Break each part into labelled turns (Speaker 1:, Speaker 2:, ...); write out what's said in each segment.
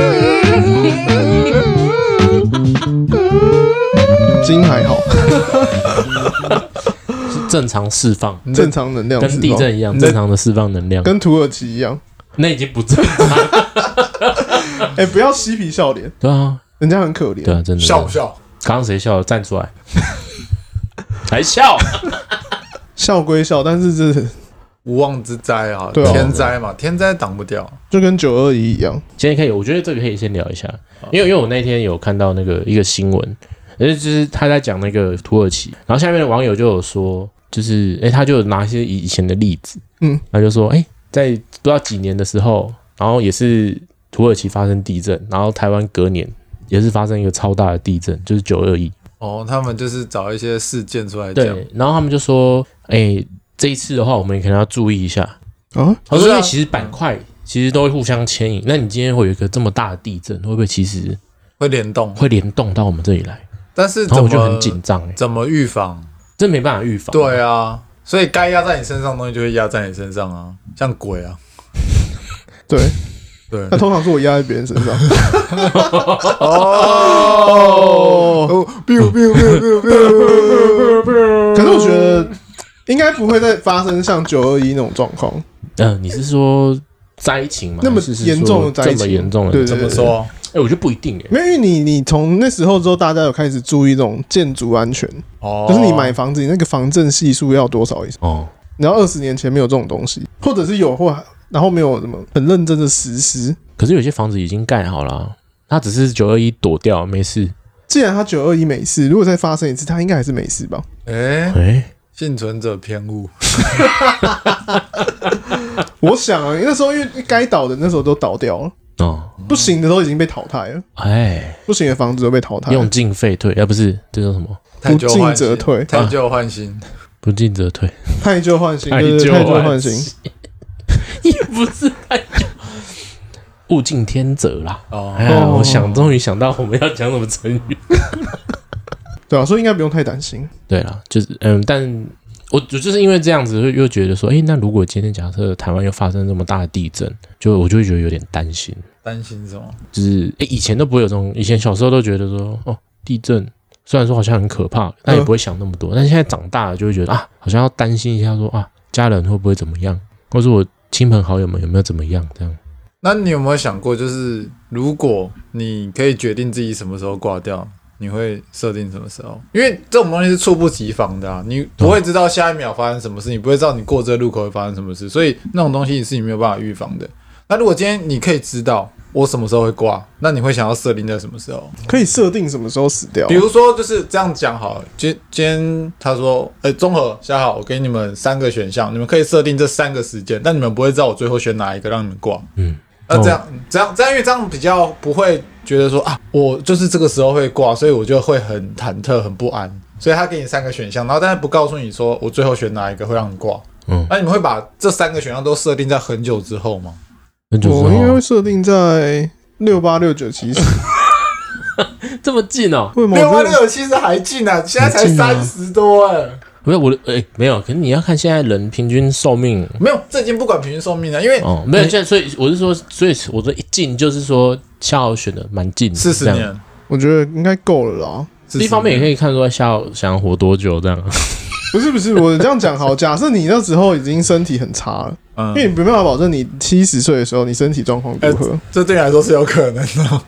Speaker 1: 正常释放，
Speaker 2: 你在
Speaker 3: 正常能量
Speaker 1: 跟
Speaker 3: 释
Speaker 1: 地
Speaker 3: 放嗯
Speaker 1: 震一样，
Speaker 2: 你在
Speaker 1: 正常的释放能量，
Speaker 3: 跟土耳其一样。
Speaker 1: 那已经不 正常。
Speaker 3: 哎、不要嬉皮笑脸，
Speaker 1: 对啊，
Speaker 3: 人家很可怜。
Speaker 1: 对啊，真的。
Speaker 2: 笑不笑？
Speaker 1: 刚刚谁笑了？站 出来，还笑？
Speaker 3: 笑归笑，但是 这
Speaker 2: 无妄之灾啊，
Speaker 3: 对啊
Speaker 2: 天灾嘛，天灾挡不掉。
Speaker 3: 就跟九二一一样，
Speaker 1: 今天可以，我觉得这个可以先聊一下，因为因为我那天有看到那个一个新闻，呃，就是他在讲那个土耳其，然后下面的网友就有说，就是诶、他就有拿一些以以前的例子，
Speaker 3: 嗯，
Speaker 1: 他就说，诶、在不知道几年的时候，然后也是土耳其发生地震，然后台湾隔年也是发生一个超大的地震，就是九二一，
Speaker 2: 哦，他们就是找一些事件出来讲，
Speaker 1: 对，然后他们就说，诶、这一次的话，我们可能要注意一下，
Speaker 3: 啊，
Speaker 1: 他说，
Speaker 2: 不是
Speaker 1: 因
Speaker 2: 啊
Speaker 1: 为其实板块其实都会互相牵引。那你今天会有一个这么大的地震，会不会其实
Speaker 2: 会联动。
Speaker 1: 会联动到我们这里来？
Speaker 2: 但是
Speaker 1: 然后
Speaker 2: 怎
Speaker 1: 我
Speaker 2: 么
Speaker 1: 就很紧张哎，
Speaker 2: 怎么预防？
Speaker 1: 这没办法预防。
Speaker 2: 对啊，所以该压在你身上的东西就会压在你身上啊，像鬼啊，
Speaker 3: 对，
Speaker 2: 对
Speaker 3: 那。通常是我压在别人身上。
Speaker 2: 哦
Speaker 3: 哦，
Speaker 2: ，biu biu biu biu biu，
Speaker 3: 可是我觉得应该不会再发生像九二一那种状况。
Speaker 1: 嗯，你是说灾情吗？
Speaker 3: 那么
Speaker 1: 还是是说
Speaker 3: 严重的灾情
Speaker 1: 这么严重
Speaker 3: 对
Speaker 1: 的？
Speaker 3: 对
Speaker 1: 怎
Speaker 2: 怎
Speaker 1: 么
Speaker 2: 么？说？
Speaker 1: 哎，我觉得不一定哎。
Speaker 3: 因为你你从那时候之后，大家有开始注意这种建筑安全，
Speaker 2: 哦，
Speaker 3: 就是你买房子，你那个防震系数要多少以上？
Speaker 1: 哦，
Speaker 3: 然后二十年前没有这种东西，或者是有或然后没有什么很认真的实施。
Speaker 1: 可是有些房子已经盖好了啊，它只是九二一躲掉，没事。
Speaker 3: 既然他九二一没事，如果再发生一次，他应该还是没事吧？
Speaker 2: 哎，
Speaker 1: 哎，
Speaker 2: 幸存者偏误，
Speaker 3: 我想啊，因为那时候因为该倒的那时候都倒掉了，
Speaker 1: 哦，
Speaker 3: 不行的都已经被淘汰了，
Speaker 1: 哎，
Speaker 3: 不行的房子都被淘汰了。
Speaker 1: 用进废退，啊，不是这叫什么？
Speaker 2: 太旧换
Speaker 3: 不进则
Speaker 2: 新，
Speaker 3: 退
Speaker 2: 太旧换新，
Speaker 1: 不进则退，
Speaker 3: 太旧换新，
Speaker 1: 太
Speaker 3: 对对对
Speaker 1: 旧
Speaker 3: 太旧
Speaker 1: 换
Speaker 3: 换新，
Speaker 1: 也不是太久，物竞天择啦。
Speaker 2: 哦
Speaker 1: 哎呀，我想终于想到我们要讲什么成语。
Speaker 3: 对啊，所以应该不用太担心。
Speaker 1: 对啦，就是嗯，但我我就是因为这样子，又又觉得说，诶，那如果今天假设台湾又发生这么大的地震，就我就会觉得有点担心。
Speaker 2: 担心什么？
Speaker 1: 就是诶，以前都不会有这种，以前小时候都觉得说，哦，地震虽然说好像很可怕，但也不会想那么多。但现在长大了就会觉得啊，好像要担心一下说，啊，家人会不会怎么样，或者我亲朋好友们有没有怎么样这样。
Speaker 2: 那你有没有想过，就是如果你可以决定自己什么时候挂掉，你会设定什么时候？因为这种东西是猝不及防的啊，你不会知道下一秒发生什么事，你不会知道你过这路口会发生什么事，所以那种东西是你没有办法预防的。那如果今天你可以知道我什么时候会挂，那你会想要设定在什么时候？
Speaker 3: 可以设定什么时候死掉啊
Speaker 2: 比，如说，就是这样讲好了。今今天他说，哎、综合下好，我给你们三个选项，你们可以设定这三个时间，但你们不会知道我最后选哪一个让你们挂。
Speaker 1: 嗯，
Speaker 2: 那这样、这样这样，因为这样比较不会觉得说啊，我就是这个时候会挂，所以我就会很忐忑、很不安。所以他给你三个选项，然后但是不告诉你说我最后选哪一个会让你挂。
Speaker 1: 嗯
Speaker 2: 那你们会把这三个选项都设定在很久之后吗？
Speaker 1: 那就是
Speaker 3: 我应该
Speaker 1: 哦
Speaker 3: 会设定在六八六九七十。
Speaker 1: 这么近哦，
Speaker 3: 为什么
Speaker 2: 六
Speaker 3: 我
Speaker 2: 八
Speaker 3: 真的？
Speaker 2: 六其实还近啊，现在才
Speaker 1: 很近啊嗯
Speaker 2: 三十多哎、
Speaker 1: 不是我的，诶，没有，可是你要看现在人平均寿命
Speaker 2: 没有，这已经不管平均寿命了，因为
Speaker 1: 哦，没有，现在所以我是说，所以我的一进就是说，夏侯选的蛮近，
Speaker 2: 四十
Speaker 1: 这样。
Speaker 2: 年。
Speaker 3: 我觉得应该够了啦。
Speaker 2: 40
Speaker 1: 一方面也可
Speaker 2: 年
Speaker 1: 以看出来夏侯想活多久这样。
Speaker 3: 不是不是，我这样讲好，假设你那时候已经身体很差了，
Speaker 2: 嗯
Speaker 3: 因为你没办法保证你七十岁的时候你身体状况如何。
Speaker 2: 这对你来说是有可能的。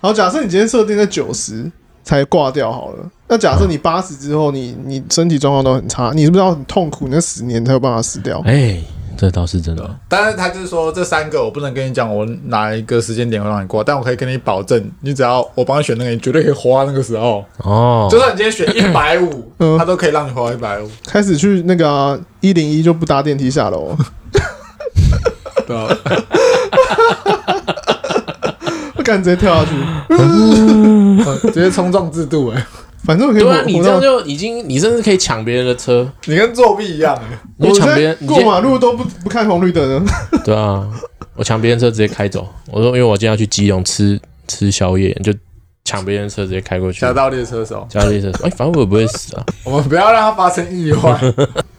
Speaker 3: 好，假设你今天设定在九十才挂掉好了，那假设你八十之后你你身体状况都很差，你是不是要很痛苦那十年才有办法死掉？
Speaker 1: 哎、这倒是真
Speaker 3: 啊
Speaker 1: 的。
Speaker 2: 但是他就是说，这三个我不能跟你讲我哪一个时间点会让你过，但我可以跟你保证，你只要我帮你选那个，你绝对可以活到那个时候。
Speaker 1: 哦，
Speaker 2: 就算你今天选一百 五
Speaker 3: 嗯，
Speaker 2: 他都可以让你活到一百五。
Speaker 3: 开始去那个啊一零一就不搭电梯下 楼，
Speaker 2: 对啊，
Speaker 3: 我敢直接跳下去，
Speaker 2: 嗯 直接冲撞制度哎、
Speaker 3: 反正我可以
Speaker 1: 对
Speaker 3: 活
Speaker 1: 啊，你
Speaker 3: 活
Speaker 1: 这样
Speaker 3: 到。
Speaker 1: 就已经，你甚至可以抢别人的车，
Speaker 2: 你跟作弊一样、欸。
Speaker 1: 你
Speaker 3: 我
Speaker 1: 就抢
Speaker 3: 现
Speaker 1: 别
Speaker 3: 在
Speaker 1: 人，你
Speaker 3: 过
Speaker 1: 先
Speaker 3: 马路都不不看红绿灯了，
Speaker 1: 对啊，我抢别人车直接开走。我说，因为我今天要去基隆吃吃宵夜，就抢别人车直接开过去
Speaker 2: 侠。盗猎车手，
Speaker 1: 加列车说，哎、反正我也不会死啊。
Speaker 2: 我们不要让它发生意 外。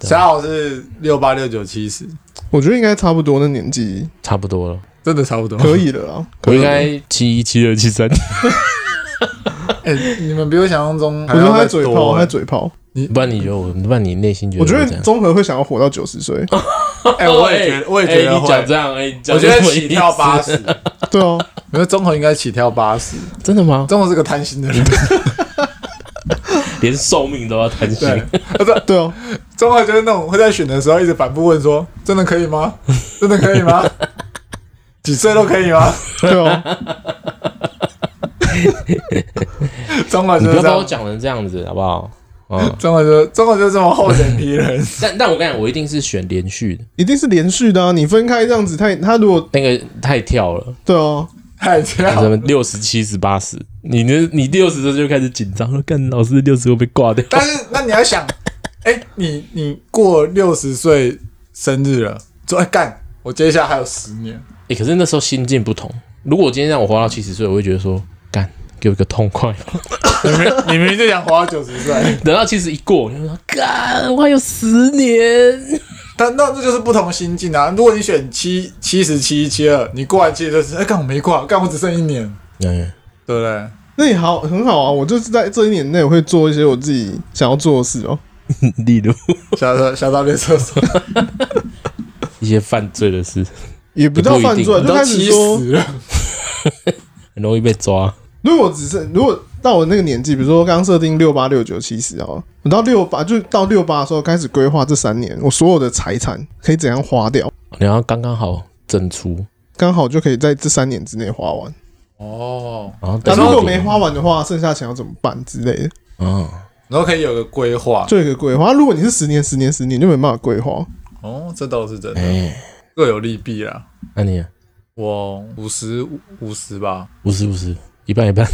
Speaker 2: 侠好是六八六九七十，
Speaker 3: 我觉得应该差不多，那年纪
Speaker 1: 差不多了，
Speaker 2: 真的差不多。
Speaker 3: 可 以了 啦。
Speaker 1: 我
Speaker 3: 可以
Speaker 1: 应
Speaker 3: 了
Speaker 1: 该七一、七二、七三。
Speaker 2: 哎、你们比我想象中还
Speaker 3: 我觉得
Speaker 2: 要
Speaker 3: 他
Speaker 2: 再
Speaker 3: 在嘴
Speaker 2: 多
Speaker 3: 炮，他
Speaker 2: 欸
Speaker 3: 在嘴炮。
Speaker 1: 不然你觉得我，不然你内心觉得
Speaker 3: 我觉
Speaker 1: 我
Speaker 3: 得
Speaker 1: 怎样
Speaker 3: 综合会想要活到九十岁，
Speaker 2: 哎、我也觉得，我也觉
Speaker 1: 哎
Speaker 2: 得
Speaker 1: 你
Speaker 2: 会。
Speaker 1: 讲这样，哎，你讲
Speaker 2: 我觉得
Speaker 1: 这么
Speaker 2: 起
Speaker 1: 一
Speaker 2: 跳
Speaker 1: 次
Speaker 2: 八十，
Speaker 3: 对啊，
Speaker 2: 我觉得综合应该起跳八十。
Speaker 1: 真的吗？
Speaker 2: 综合是个贪心的人，
Speaker 1: 连寿命都要担心，
Speaker 2: 对， 不是
Speaker 3: 对啊，
Speaker 2: 综合就是那种会在选的时候一直反复问说：“真的可以 吗？真的可以吗？几岁都可以 吗
Speaker 3: 对啊，？”
Speaker 2: 综合
Speaker 1: 你
Speaker 2: 就
Speaker 1: 不
Speaker 2: 是
Speaker 1: 要
Speaker 2: 这
Speaker 1: 把我
Speaker 2: 样，，
Speaker 1: 讲成这样子，好不好？嗯
Speaker 2: 综合就综合就是这么厚脸皮的 人。
Speaker 1: 但但我跟你讲，我一定是选连续的，
Speaker 3: 一定是连续的啊！你分开这样子，他他如果
Speaker 1: 那个太跳了，
Speaker 3: 对啊，
Speaker 2: 太这
Speaker 1: 什
Speaker 2: 样。
Speaker 1: 么六十七十八十，你那你六十的就开始紧张了，干老师六十会被挂掉，
Speaker 2: 但是那你要想， 哎、你你过六十岁生日了，说哎干、我接下来还有十年，
Speaker 1: 哎、可是那时候心境不同。如果我今天让我活到七十岁，我会觉得说，干，给我一个痛快吧。
Speaker 2: 你明你明明就想活到九十岁，
Speaker 1: 等到七十一过，你就说，干，我还有十年。
Speaker 2: 但那这就是不同心境啊。如果你选七七十七七二，你过完七十就是哎干、我没过，干我只剩一年，
Speaker 1: 嗯，
Speaker 2: 对不对？
Speaker 3: 那也好很好啊！我就是在这一年内，我会做一些我自己想要做的事哦。
Speaker 1: 例如
Speaker 2: 下到下到变厕所，
Speaker 1: 一些犯罪的事，
Speaker 3: 也不叫犯罪，啊
Speaker 1: 也不一定
Speaker 3: 就
Speaker 2: 都
Speaker 3: 开始
Speaker 2: 七
Speaker 3: 说，
Speaker 2: 十了，
Speaker 1: 很容易被抓。
Speaker 3: 如果只剩如果到我那个年纪，比如说我刚刚设定六八六九七十好了，我到六八就到六八的时候开始规划这三年我所有的财产可以怎样花掉，
Speaker 1: 然后刚刚好整出，
Speaker 3: 刚好就可以在这三年之内花完。
Speaker 2: 哦，
Speaker 1: 哎然后
Speaker 3: 那、
Speaker 1: 等
Speaker 3: 如
Speaker 1: 到
Speaker 3: 果
Speaker 1: 别
Speaker 3: 没
Speaker 1: 人，
Speaker 3: 花完的话，剩下钱要怎么办之类的，
Speaker 1: 嗯，
Speaker 2: 然后可以有个规划，
Speaker 3: 就有一个规划。啊如果你是十年、十年、十年，就没办法规划。
Speaker 2: 哦，这倒是真
Speaker 1: 哎、
Speaker 2: 的，各有利弊啦。
Speaker 1: 那你
Speaker 2: 我五十五十吧，
Speaker 1: 五十五十，一半一半，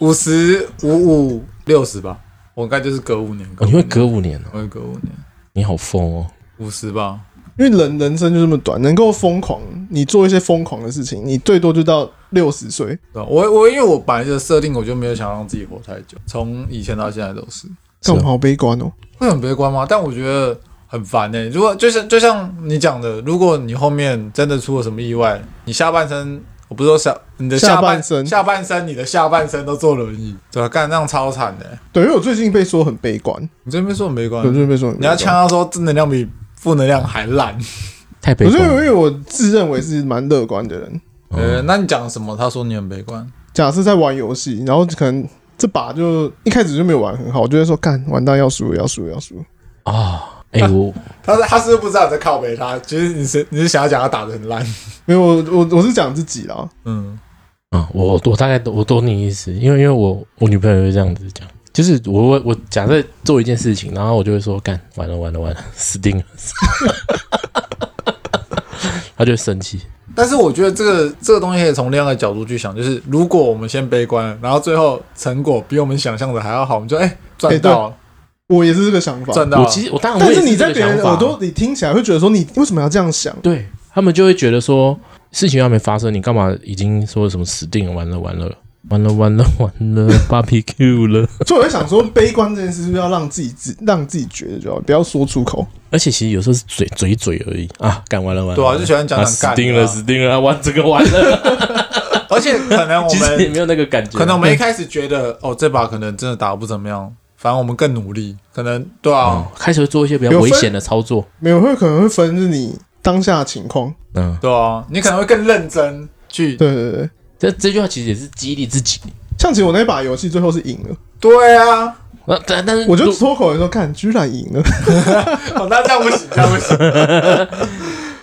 Speaker 2: 五十五五六十吧，我应该就是隔五年，
Speaker 1: 哦、你会隔五年哦，
Speaker 2: 我会隔五年，
Speaker 1: 你好疯哦。
Speaker 2: 五十吧。
Speaker 3: 因为人人生就这么短，能够疯狂，你做一些疯狂的事情，你最多就到六十岁。
Speaker 2: 对啊我我因为我本来的设定，我就没有想让自己活太久，从以前到现在都是
Speaker 1: 是
Speaker 3: 但
Speaker 1: 哦
Speaker 3: 我好悲观哦。
Speaker 2: 会很悲观吗？但我觉得很烦呢、如果就像就像你讲的，如果你后面真的出了什么意外，你下半身，我不是说下你的
Speaker 3: 下
Speaker 2: 下半
Speaker 3: 半身
Speaker 2: 下半身，你的下半身都坐轮椅，对啊，干这样超惨的、
Speaker 3: 对，因为我最近被说很悲观，
Speaker 2: 你这边说很悲观
Speaker 3: 我，最近被说很悲
Speaker 2: 你要
Speaker 3: 观
Speaker 2: 呛他说正能量比负能量还烂。
Speaker 1: 太悲
Speaker 3: 可是因
Speaker 1: 观了。
Speaker 3: 为我自认为是蛮乐观的人，
Speaker 2: 呃，那你讲什么？他说你很悲观，
Speaker 3: 假设在玩游戏，然后可能这把就一开始就没有玩很好，我就会说干完蛋要输了要输了要输了。
Speaker 1: 啊，哎、我
Speaker 2: 他他是不是不知道你在靠北他？其实你是你是想要讲他打的很烂，
Speaker 3: 没有，我我我是讲自己啦，
Speaker 2: 嗯，
Speaker 1: 啊，我我大概懂我懂你意思，因为因为我我女朋友会这样子讲，就是我我我假设做一件事情，然后我就会说干完了完了完了， 死定了，她就会生气。
Speaker 2: 但是我觉得这个这个东西可以从另外一个角度去想，就是如果我们先悲观，然后最后成果比我们想象的还要好，我们就哎赚、
Speaker 3: 哎对
Speaker 2: 到了
Speaker 3: 我也是这个想法。
Speaker 2: 赚到
Speaker 1: 我
Speaker 2: 了。
Speaker 1: 其实我当然
Speaker 3: 但
Speaker 1: 我也
Speaker 3: 是你
Speaker 1: 这
Speaker 3: 在
Speaker 1: 个
Speaker 3: 别人
Speaker 1: 想法啊
Speaker 3: 耳朵里听起来会觉得说你为什么要这样想？
Speaker 1: 对他们就会觉得说事情还没发生，你干嘛已经说什么死定了完了完了完了完了完了 barbecue 了，
Speaker 3: 所以我在想说，悲观这件事是不是要让自己自让自己觉得就好，不要说出口。
Speaker 1: 而且其实有时候是嘴嘴嘴而已啊，干完了完了，
Speaker 2: 对啊，就喜欢讲
Speaker 1: 啊
Speaker 2: 讲
Speaker 1: 死
Speaker 2: 干、
Speaker 1: 定了，死定了，完这个完了，
Speaker 2: 而且可能 我
Speaker 1: 其实也
Speaker 2: 们
Speaker 1: 没有那个感觉，
Speaker 2: 可能我们一开始觉得哦，这把可能真的打得不怎么样，反正我们更努力，可能对啊，
Speaker 1: 啊，开始会做一些比较
Speaker 3: 有
Speaker 1: 危
Speaker 3: 分
Speaker 1: 险的操作。
Speaker 3: 没有会可能会分是你当下的情况。
Speaker 1: 嗯，
Speaker 2: 对啊，你可能会更认真去，
Speaker 3: 对对对对，
Speaker 1: 这这句话其实也是激励自己。
Speaker 3: 像其实我那把游戏最后是赢了，
Speaker 2: 对啊，
Speaker 1: 那但但是
Speaker 3: 我就
Speaker 1: 如
Speaker 3: 脱口而出看居然赢了。
Speaker 2: 哦，那这样不行，这样不 行。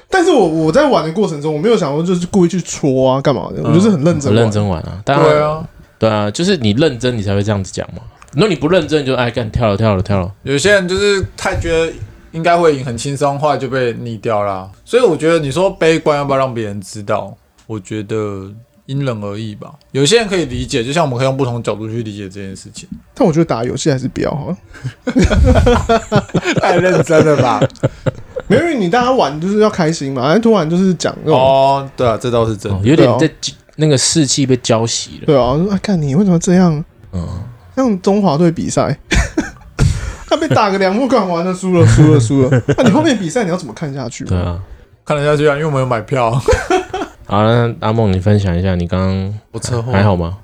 Speaker 3: 但是我我在玩的过程中，我没有想过就是故意去戳啊干嘛的，我就是很认真
Speaker 1: 嗯很
Speaker 3: 玩。
Speaker 1: 认真玩啊，当
Speaker 2: 对
Speaker 1: 然
Speaker 2: 啊，
Speaker 1: 对啊，就是你认真你才会这样子讲嘛。如果你不认真，你就哎干跳了跳了跳了。
Speaker 2: 有些人就是太觉得应该会赢，很轻松，后来就被逆掉啦。所以我觉得你说悲观要不要让别人知道，我觉得因人而异吧。有些人可以理解，就像我们可以用不同角度去理解这件事情。
Speaker 3: 但我觉得打游戏还是比较好，
Speaker 2: 太认真了吧？
Speaker 3: 没有因为你大家玩就是要开心嘛，但突然就是讲那种，
Speaker 2: 哦，对啊，这倒是真
Speaker 1: 哦
Speaker 2: 的。
Speaker 1: 有点
Speaker 3: 对啊
Speaker 1: 在激那个士气被浇熄了。
Speaker 3: 对啊，说啊看你为什么这样？
Speaker 1: 嗯，
Speaker 3: 像中华队比赛， 他被打个两目干完了，输了输了输了。那、你后面比赛你要怎么看下去？
Speaker 1: 对啊。
Speaker 2: 看得下去啊，因为我们有买票。
Speaker 1: 好，那阿梦，你分享一下你刚
Speaker 2: 我车
Speaker 1: 刚还好吗？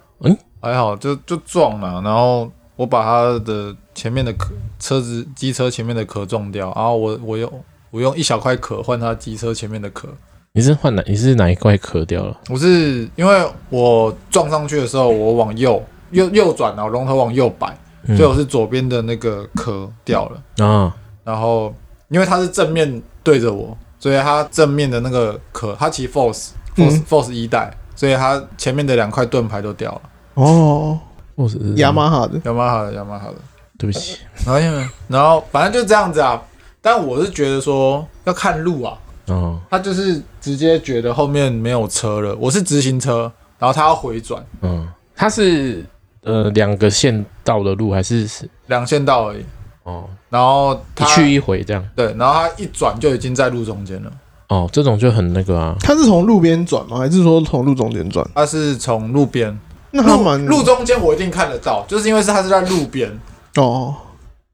Speaker 2: 还好，就就撞了，然后我把他的前面的壳车子机车前面的壳撞掉，然后我我用我用一小块壳换他机车前面的壳。
Speaker 1: 你是换哪？你是哪一块壳掉了？
Speaker 2: 我是因为我撞上去的时候，我往右右右转然后龙头往右摆，
Speaker 1: 嗯
Speaker 2: 所以我是左边的那个壳掉了。
Speaker 1: 啊，
Speaker 2: 然后因为它是正面对着我，所以它正面的那个壳，它骑 Force Force、
Speaker 3: 嗯
Speaker 2: Force 一代，所以它前面的两块盾牌都掉了。
Speaker 3: 哦，
Speaker 1: 我是
Speaker 3: 雅？马哈的，
Speaker 2: 雅马哈的，雅马哈的。
Speaker 1: 对不起
Speaker 2: 然后因为，然后反正就这样子啊。但我是觉得说要看路啊，
Speaker 1: 啊，
Speaker 2: 他就是直接觉得后面没有车了，我是直行车，然后他要回转
Speaker 1: 嗯，它是呃两个线道的路还是是
Speaker 2: 两线道而已，
Speaker 1: 哦
Speaker 2: 然后
Speaker 1: 一
Speaker 2: 他
Speaker 1: 去一回这样？
Speaker 2: 对，然后他一转就已经在路中间了。
Speaker 1: 哦，这种就很那个啊，
Speaker 3: 他是从路边转吗？还是说从路中间转？
Speaker 2: 他是从路边，
Speaker 3: 那他
Speaker 2: 路
Speaker 3: 蛮
Speaker 2: 路中间我一定看得到，就是因为是他是在路边，
Speaker 3: 哦，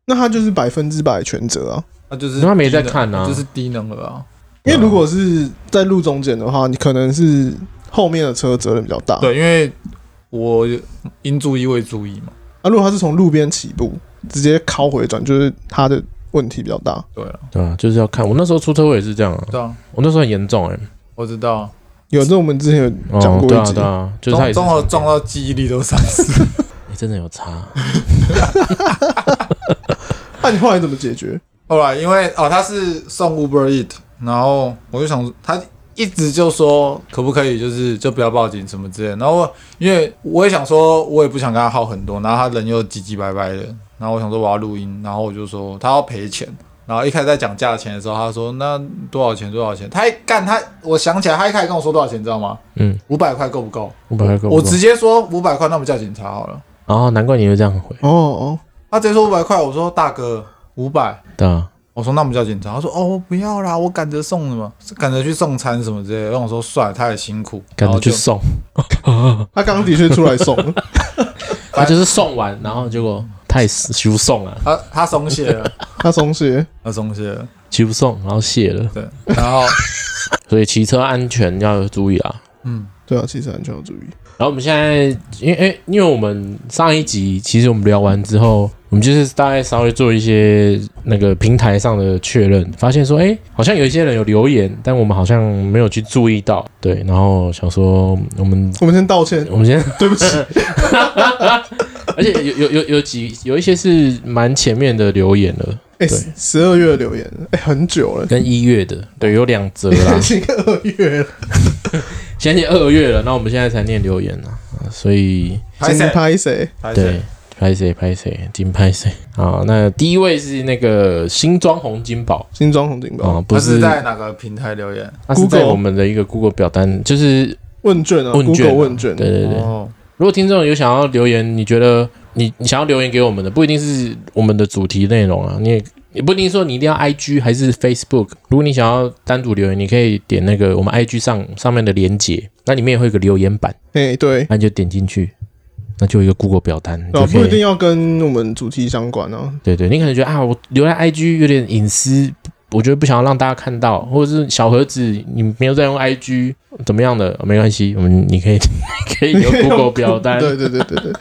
Speaker 3: 那他就是百分之百全责啊。
Speaker 2: 那就是
Speaker 1: 他没
Speaker 2: 低能
Speaker 1: 在看啊
Speaker 2: 就是低能儿啊。
Speaker 3: 因为
Speaker 1: 对啊
Speaker 3: 如果是在路中间的话，你可能是后面的车责任比较大。，
Speaker 2: 对，因为我应注意未注意嘛，
Speaker 3: 啊，如果他是从路边起步，直接靠回转，就是他的问题比较大。
Speaker 2: 对啊，
Speaker 1: 对啊，就是要看。我那时候出车祸也是这样啊，
Speaker 2: 对啊，
Speaker 1: 我那时候很严重哎、
Speaker 2: 我知道，
Speaker 3: 有这我们之前有讲
Speaker 1: 哦，
Speaker 3: 过
Speaker 1: 对
Speaker 3: 一
Speaker 1: 啊
Speaker 3: 集，
Speaker 1: 对啊，就是他
Speaker 2: 综
Speaker 1: 也是
Speaker 2: 综合撞到记忆力都丧失。
Speaker 1: 你真的有差，啊
Speaker 3: 那、你后来怎么解决？
Speaker 2: 后来因为哦，他是送 Uber Eat，然后我就想他一直就说可不可以就是就不要报警什么之类的，然后我因为我也想说，我也不想跟他耗很多，然后他人又唧唧歪歪的，然后我想说我要录音，然后我就说他要赔钱。然后一开始在讲价钱的时候，他说那多少钱多少钱？他一干他，我想起来他一开始跟我说多少钱，你知道吗？
Speaker 1: 嗯，
Speaker 2: 五百块够不够？
Speaker 1: 五百块够不够
Speaker 2: 我直接说五百块，那我们叫警察好了。
Speaker 1: 哦，难怪你会这样回，
Speaker 3: 哦哦，
Speaker 2: 他直接说五百块，我说大哥五百，
Speaker 1: 对啊，
Speaker 2: 我说那我们叫警察。他说哦，我不要啦，我赶着送什么，赶着去送餐什么之类的。然后我说算了，他也辛苦，
Speaker 1: 赶
Speaker 2: 然后
Speaker 1: 着去
Speaker 2: 就
Speaker 1: 送，
Speaker 3: 他刚刚的确出来送了，
Speaker 1: 他就是送完，然后结果他也是急不送啊，
Speaker 2: 他他松懈 了，
Speaker 3: 他松懈，
Speaker 2: 他松懈了，
Speaker 1: 急不送，然后谢了。
Speaker 2: 对，然 后
Speaker 1: 所以骑车安全要注意啊。
Speaker 2: 嗯，
Speaker 3: 对啊，其实安全要注意。
Speaker 1: 然后我们现在，因为、诶因为我们上一集其实我们聊完之后，我们就是大概稍微做一些那个平台上的确认，发现说，哎、好像有一些人有留言，但我们好像没有去注意到，对，然后想说我们
Speaker 3: 我们先道歉，
Speaker 1: 我们先
Speaker 3: 对不起。
Speaker 1: 而且有有有有几有一些是蛮前面的留言了，
Speaker 3: 哎、
Speaker 1: 对
Speaker 3: 十二月的留言，哎、很久了，
Speaker 1: 跟一月的，对，啊有两折啦
Speaker 3: 已。经二月了，
Speaker 1: 现在已经二月了，那我们现在才念留言呢、啊，所以
Speaker 2: 拍
Speaker 3: 今
Speaker 2: 谁
Speaker 3: 拍谁？
Speaker 2: 拍
Speaker 1: 对
Speaker 2: 谁？，
Speaker 1: 拍谁拍谁，金拍谁。好，那第一位是那个新装红金宝
Speaker 3: 新装红警报、
Speaker 1: 啊、不
Speaker 2: 他
Speaker 1: 是
Speaker 2: 是在哪个平台留言？
Speaker 1: 它是在
Speaker 3: Google
Speaker 1: 我们的一个 Google 表单，就是
Speaker 3: 问卷啊
Speaker 1: 问卷啊
Speaker 3: g 问卷，
Speaker 1: 对对对。
Speaker 2: 哦，
Speaker 1: 如果听众有想要留言，你觉得你你想要留言给我们的，不一定是我们的主题内容啊，你也也不一定说你一定要 IG 还是 Facebook。如果你想要单独留言，你可以点那个我们 IG 上上面的连接，那里面也会有个留言板，
Speaker 3: 哎、对，
Speaker 1: 那你就点进去，那就有一个 Google 表单，你
Speaker 3: 哦，
Speaker 1: 就
Speaker 3: 不
Speaker 1: 可
Speaker 3: 一定
Speaker 1: 以。
Speaker 3: 要跟我们主题相关啊，
Speaker 1: 对对，你可能觉得啊，我留在 IG 有点隐私，我觉得不想要让大家看到，或者是小盒子你没有在用 IG 怎么样的，没关系，我们你可以 你可 以留 Google 表单。
Speaker 3: 对对对对对，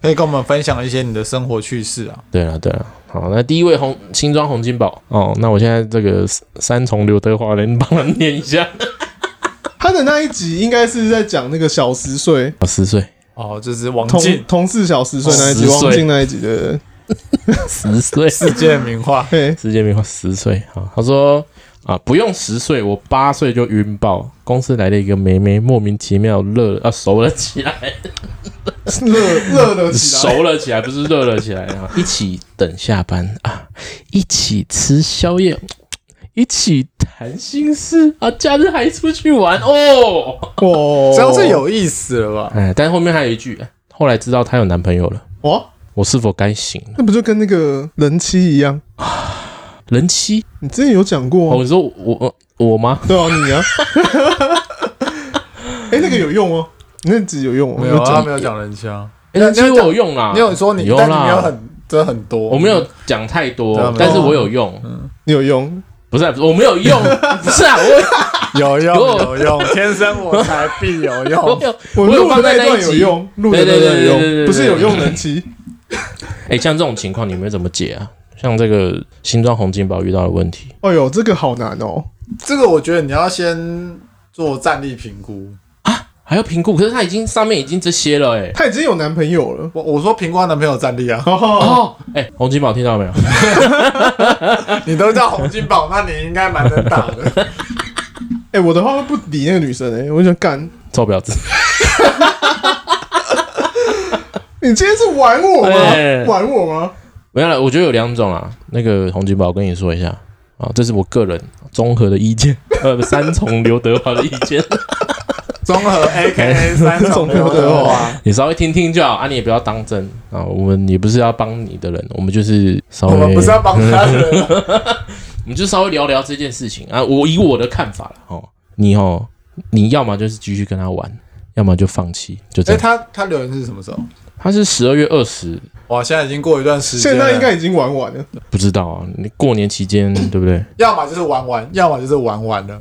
Speaker 2: 可以跟我们分享一些你的生活趣事啊。
Speaker 1: 对了对了，好，那第一位红新装洪金宝哦，那我现在这个三三重刘德华人帮他念一下，
Speaker 3: 他的那一集应该是在讲那个小十岁，
Speaker 1: 哦，十岁，
Speaker 2: 哦，就是王
Speaker 3: 同
Speaker 2: 静
Speaker 3: 同事小十岁那一集，
Speaker 1: 十岁
Speaker 3: 王静那一集，对对，
Speaker 1: 十岁，
Speaker 2: 世界名画
Speaker 3: 对，嘿
Speaker 1: 世界名画十岁好，他说啊，不用十岁，我八岁就晕爆，公司来了一个妹妹，莫名其妙热啊熟了起来，
Speaker 3: 热热了起来，
Speaker 1: 熟了起来，不是热了起来 啊，一起等下班啊，一起吃宵夜。一起谈心事啊，假日还出去玩哦。
Speaker 3: 哇，
Speaker 2: 这样是有意思了吧？
Speaker 1: 哎，但是后面还有一句，后来知道她有男朋友了，
Speaker 3: 哇，
Speaker 1: 我是否该醒了？
Speaker 3: 那不就跟那个人妻一样？
Speaker 1: 人妻
Speaker 3: 你之前有讲过、
Speaker 1: 哦，
Speaker 3: 啊，
Speaker 1: 你说我我我吗？
Speaker 3: 对啊，你啊， 哎、那个有用哦，那集有用哦，
Speaker 2: 没
Speaker 1: 啊
Speaker 2: 有，啊
Speaker 3: 讲
Speaker 2: 他没有讲人家，
Speaker 1: 哎，
Speaker 2: 那
Speaker 1: 人妻
Speaker 2: 你有
Speaker 1: 我
Speaker 2: 讲
Speaker 1: 有用啦，
Speaker 2: 你有说你，
Speaker 1: 有
Speaker 2: 但你没有
Speaker 1: 啦，
Speaker 2: 很真的很多，
Speaker 1: 我没有讲太
Speaker 2: 对啊
Speaker 1: 多
Speaker 2: 没，有
Speaker 1: 但是我有嗯用，
Speaker 3: 你有用，
Speaker 1: 不是啊我没有用， 不是啊，我
Speaker 2: 有 用
Speaker 1: 有
Speaker 2: 有用，天生我材必有
Speaker 1: 我
Speaker 2: 用。
Speaker 1: 有
Speaker 3: 我
Speaker 1: 有
Speaker 3: 录
Speaker 1: 放
Speaker 3: 的
Speaker 1: 在
Speaker 3: 那一
Speaker 1: 那一
Speaker 3: 段有
Speaker 1: 集，
Speaker 3: 用，录的
Speaker 1: 对
Speaker 3: 那
Speaker 1: 对
Speaker 3: 段
Speaker 1: 对
Speaker 3: 有
Speaker 1: 对对对
Speaker 3: 用，
Speaker 1: 对
Speaker 3: 不是有用人妻，
Speaker 1: 哎、像这种情况你们怎么解啊？像这个新装红金宝遇到的问题，
Speaker 3: 哎呦，这个好难哦。
Speaker 2: 这个我觉得你要先做战力评估。
Speaker 1: 还要评估，可是他已经上面已经这些了、哎。
Speaker 3: 她已经有男朋友了，
Speaker 2: 我我说评估她男朋友战力啊，
Speaker 1: 哦，哎、洪金宝听到没有？
Speaker 2: 你都叫洪金宝，那你应该蛮能打 的。
Speaker 3: 哎、我的话会不理那个女生哎、我就想干，
Speaker 1: 臭婊子！
Speaker 3: 你今天是玩我吗？
Speaker 1: 哎
Speaker 3: 玩我吗？
Speaker 1: 没有了，我觉得有两种啊。那个洪金宝，我跟你说一下啊，这是我个人综合的意见， 呃，三重刘德华的意见，
Speaker 2: 综合 A K A 三种 刘德华，
Speaker 1: 你稍微听听就好啊，你也不要当真啊。我们也不是要帮你的人，我们就是稍
Speaker 2: 我
Speaker 1: 微，
Speaker 2: 们不是要帮 他的，
Speaker 1: 我们就稍微聊聊这件事情啊。我以我的看法了哦，你哦，你要么就是继续跟他玩，要么就放弃，就这
Speaker 2: 哎，
Speaker 1: 样。
Speaker 2: 他他留言是什么时候？
Speaker 1: 他是十二月二十，
Speaker 2: 哇，现在已经过一段时间
Speaker 3: 现
Speaker 2: 了，
Speaker 3: 在应该已经玩完了。
Speaker 1: 不知道啊。你过年期间对不对？
Speaker 2: 要么就是玩完，要么就是玩完了。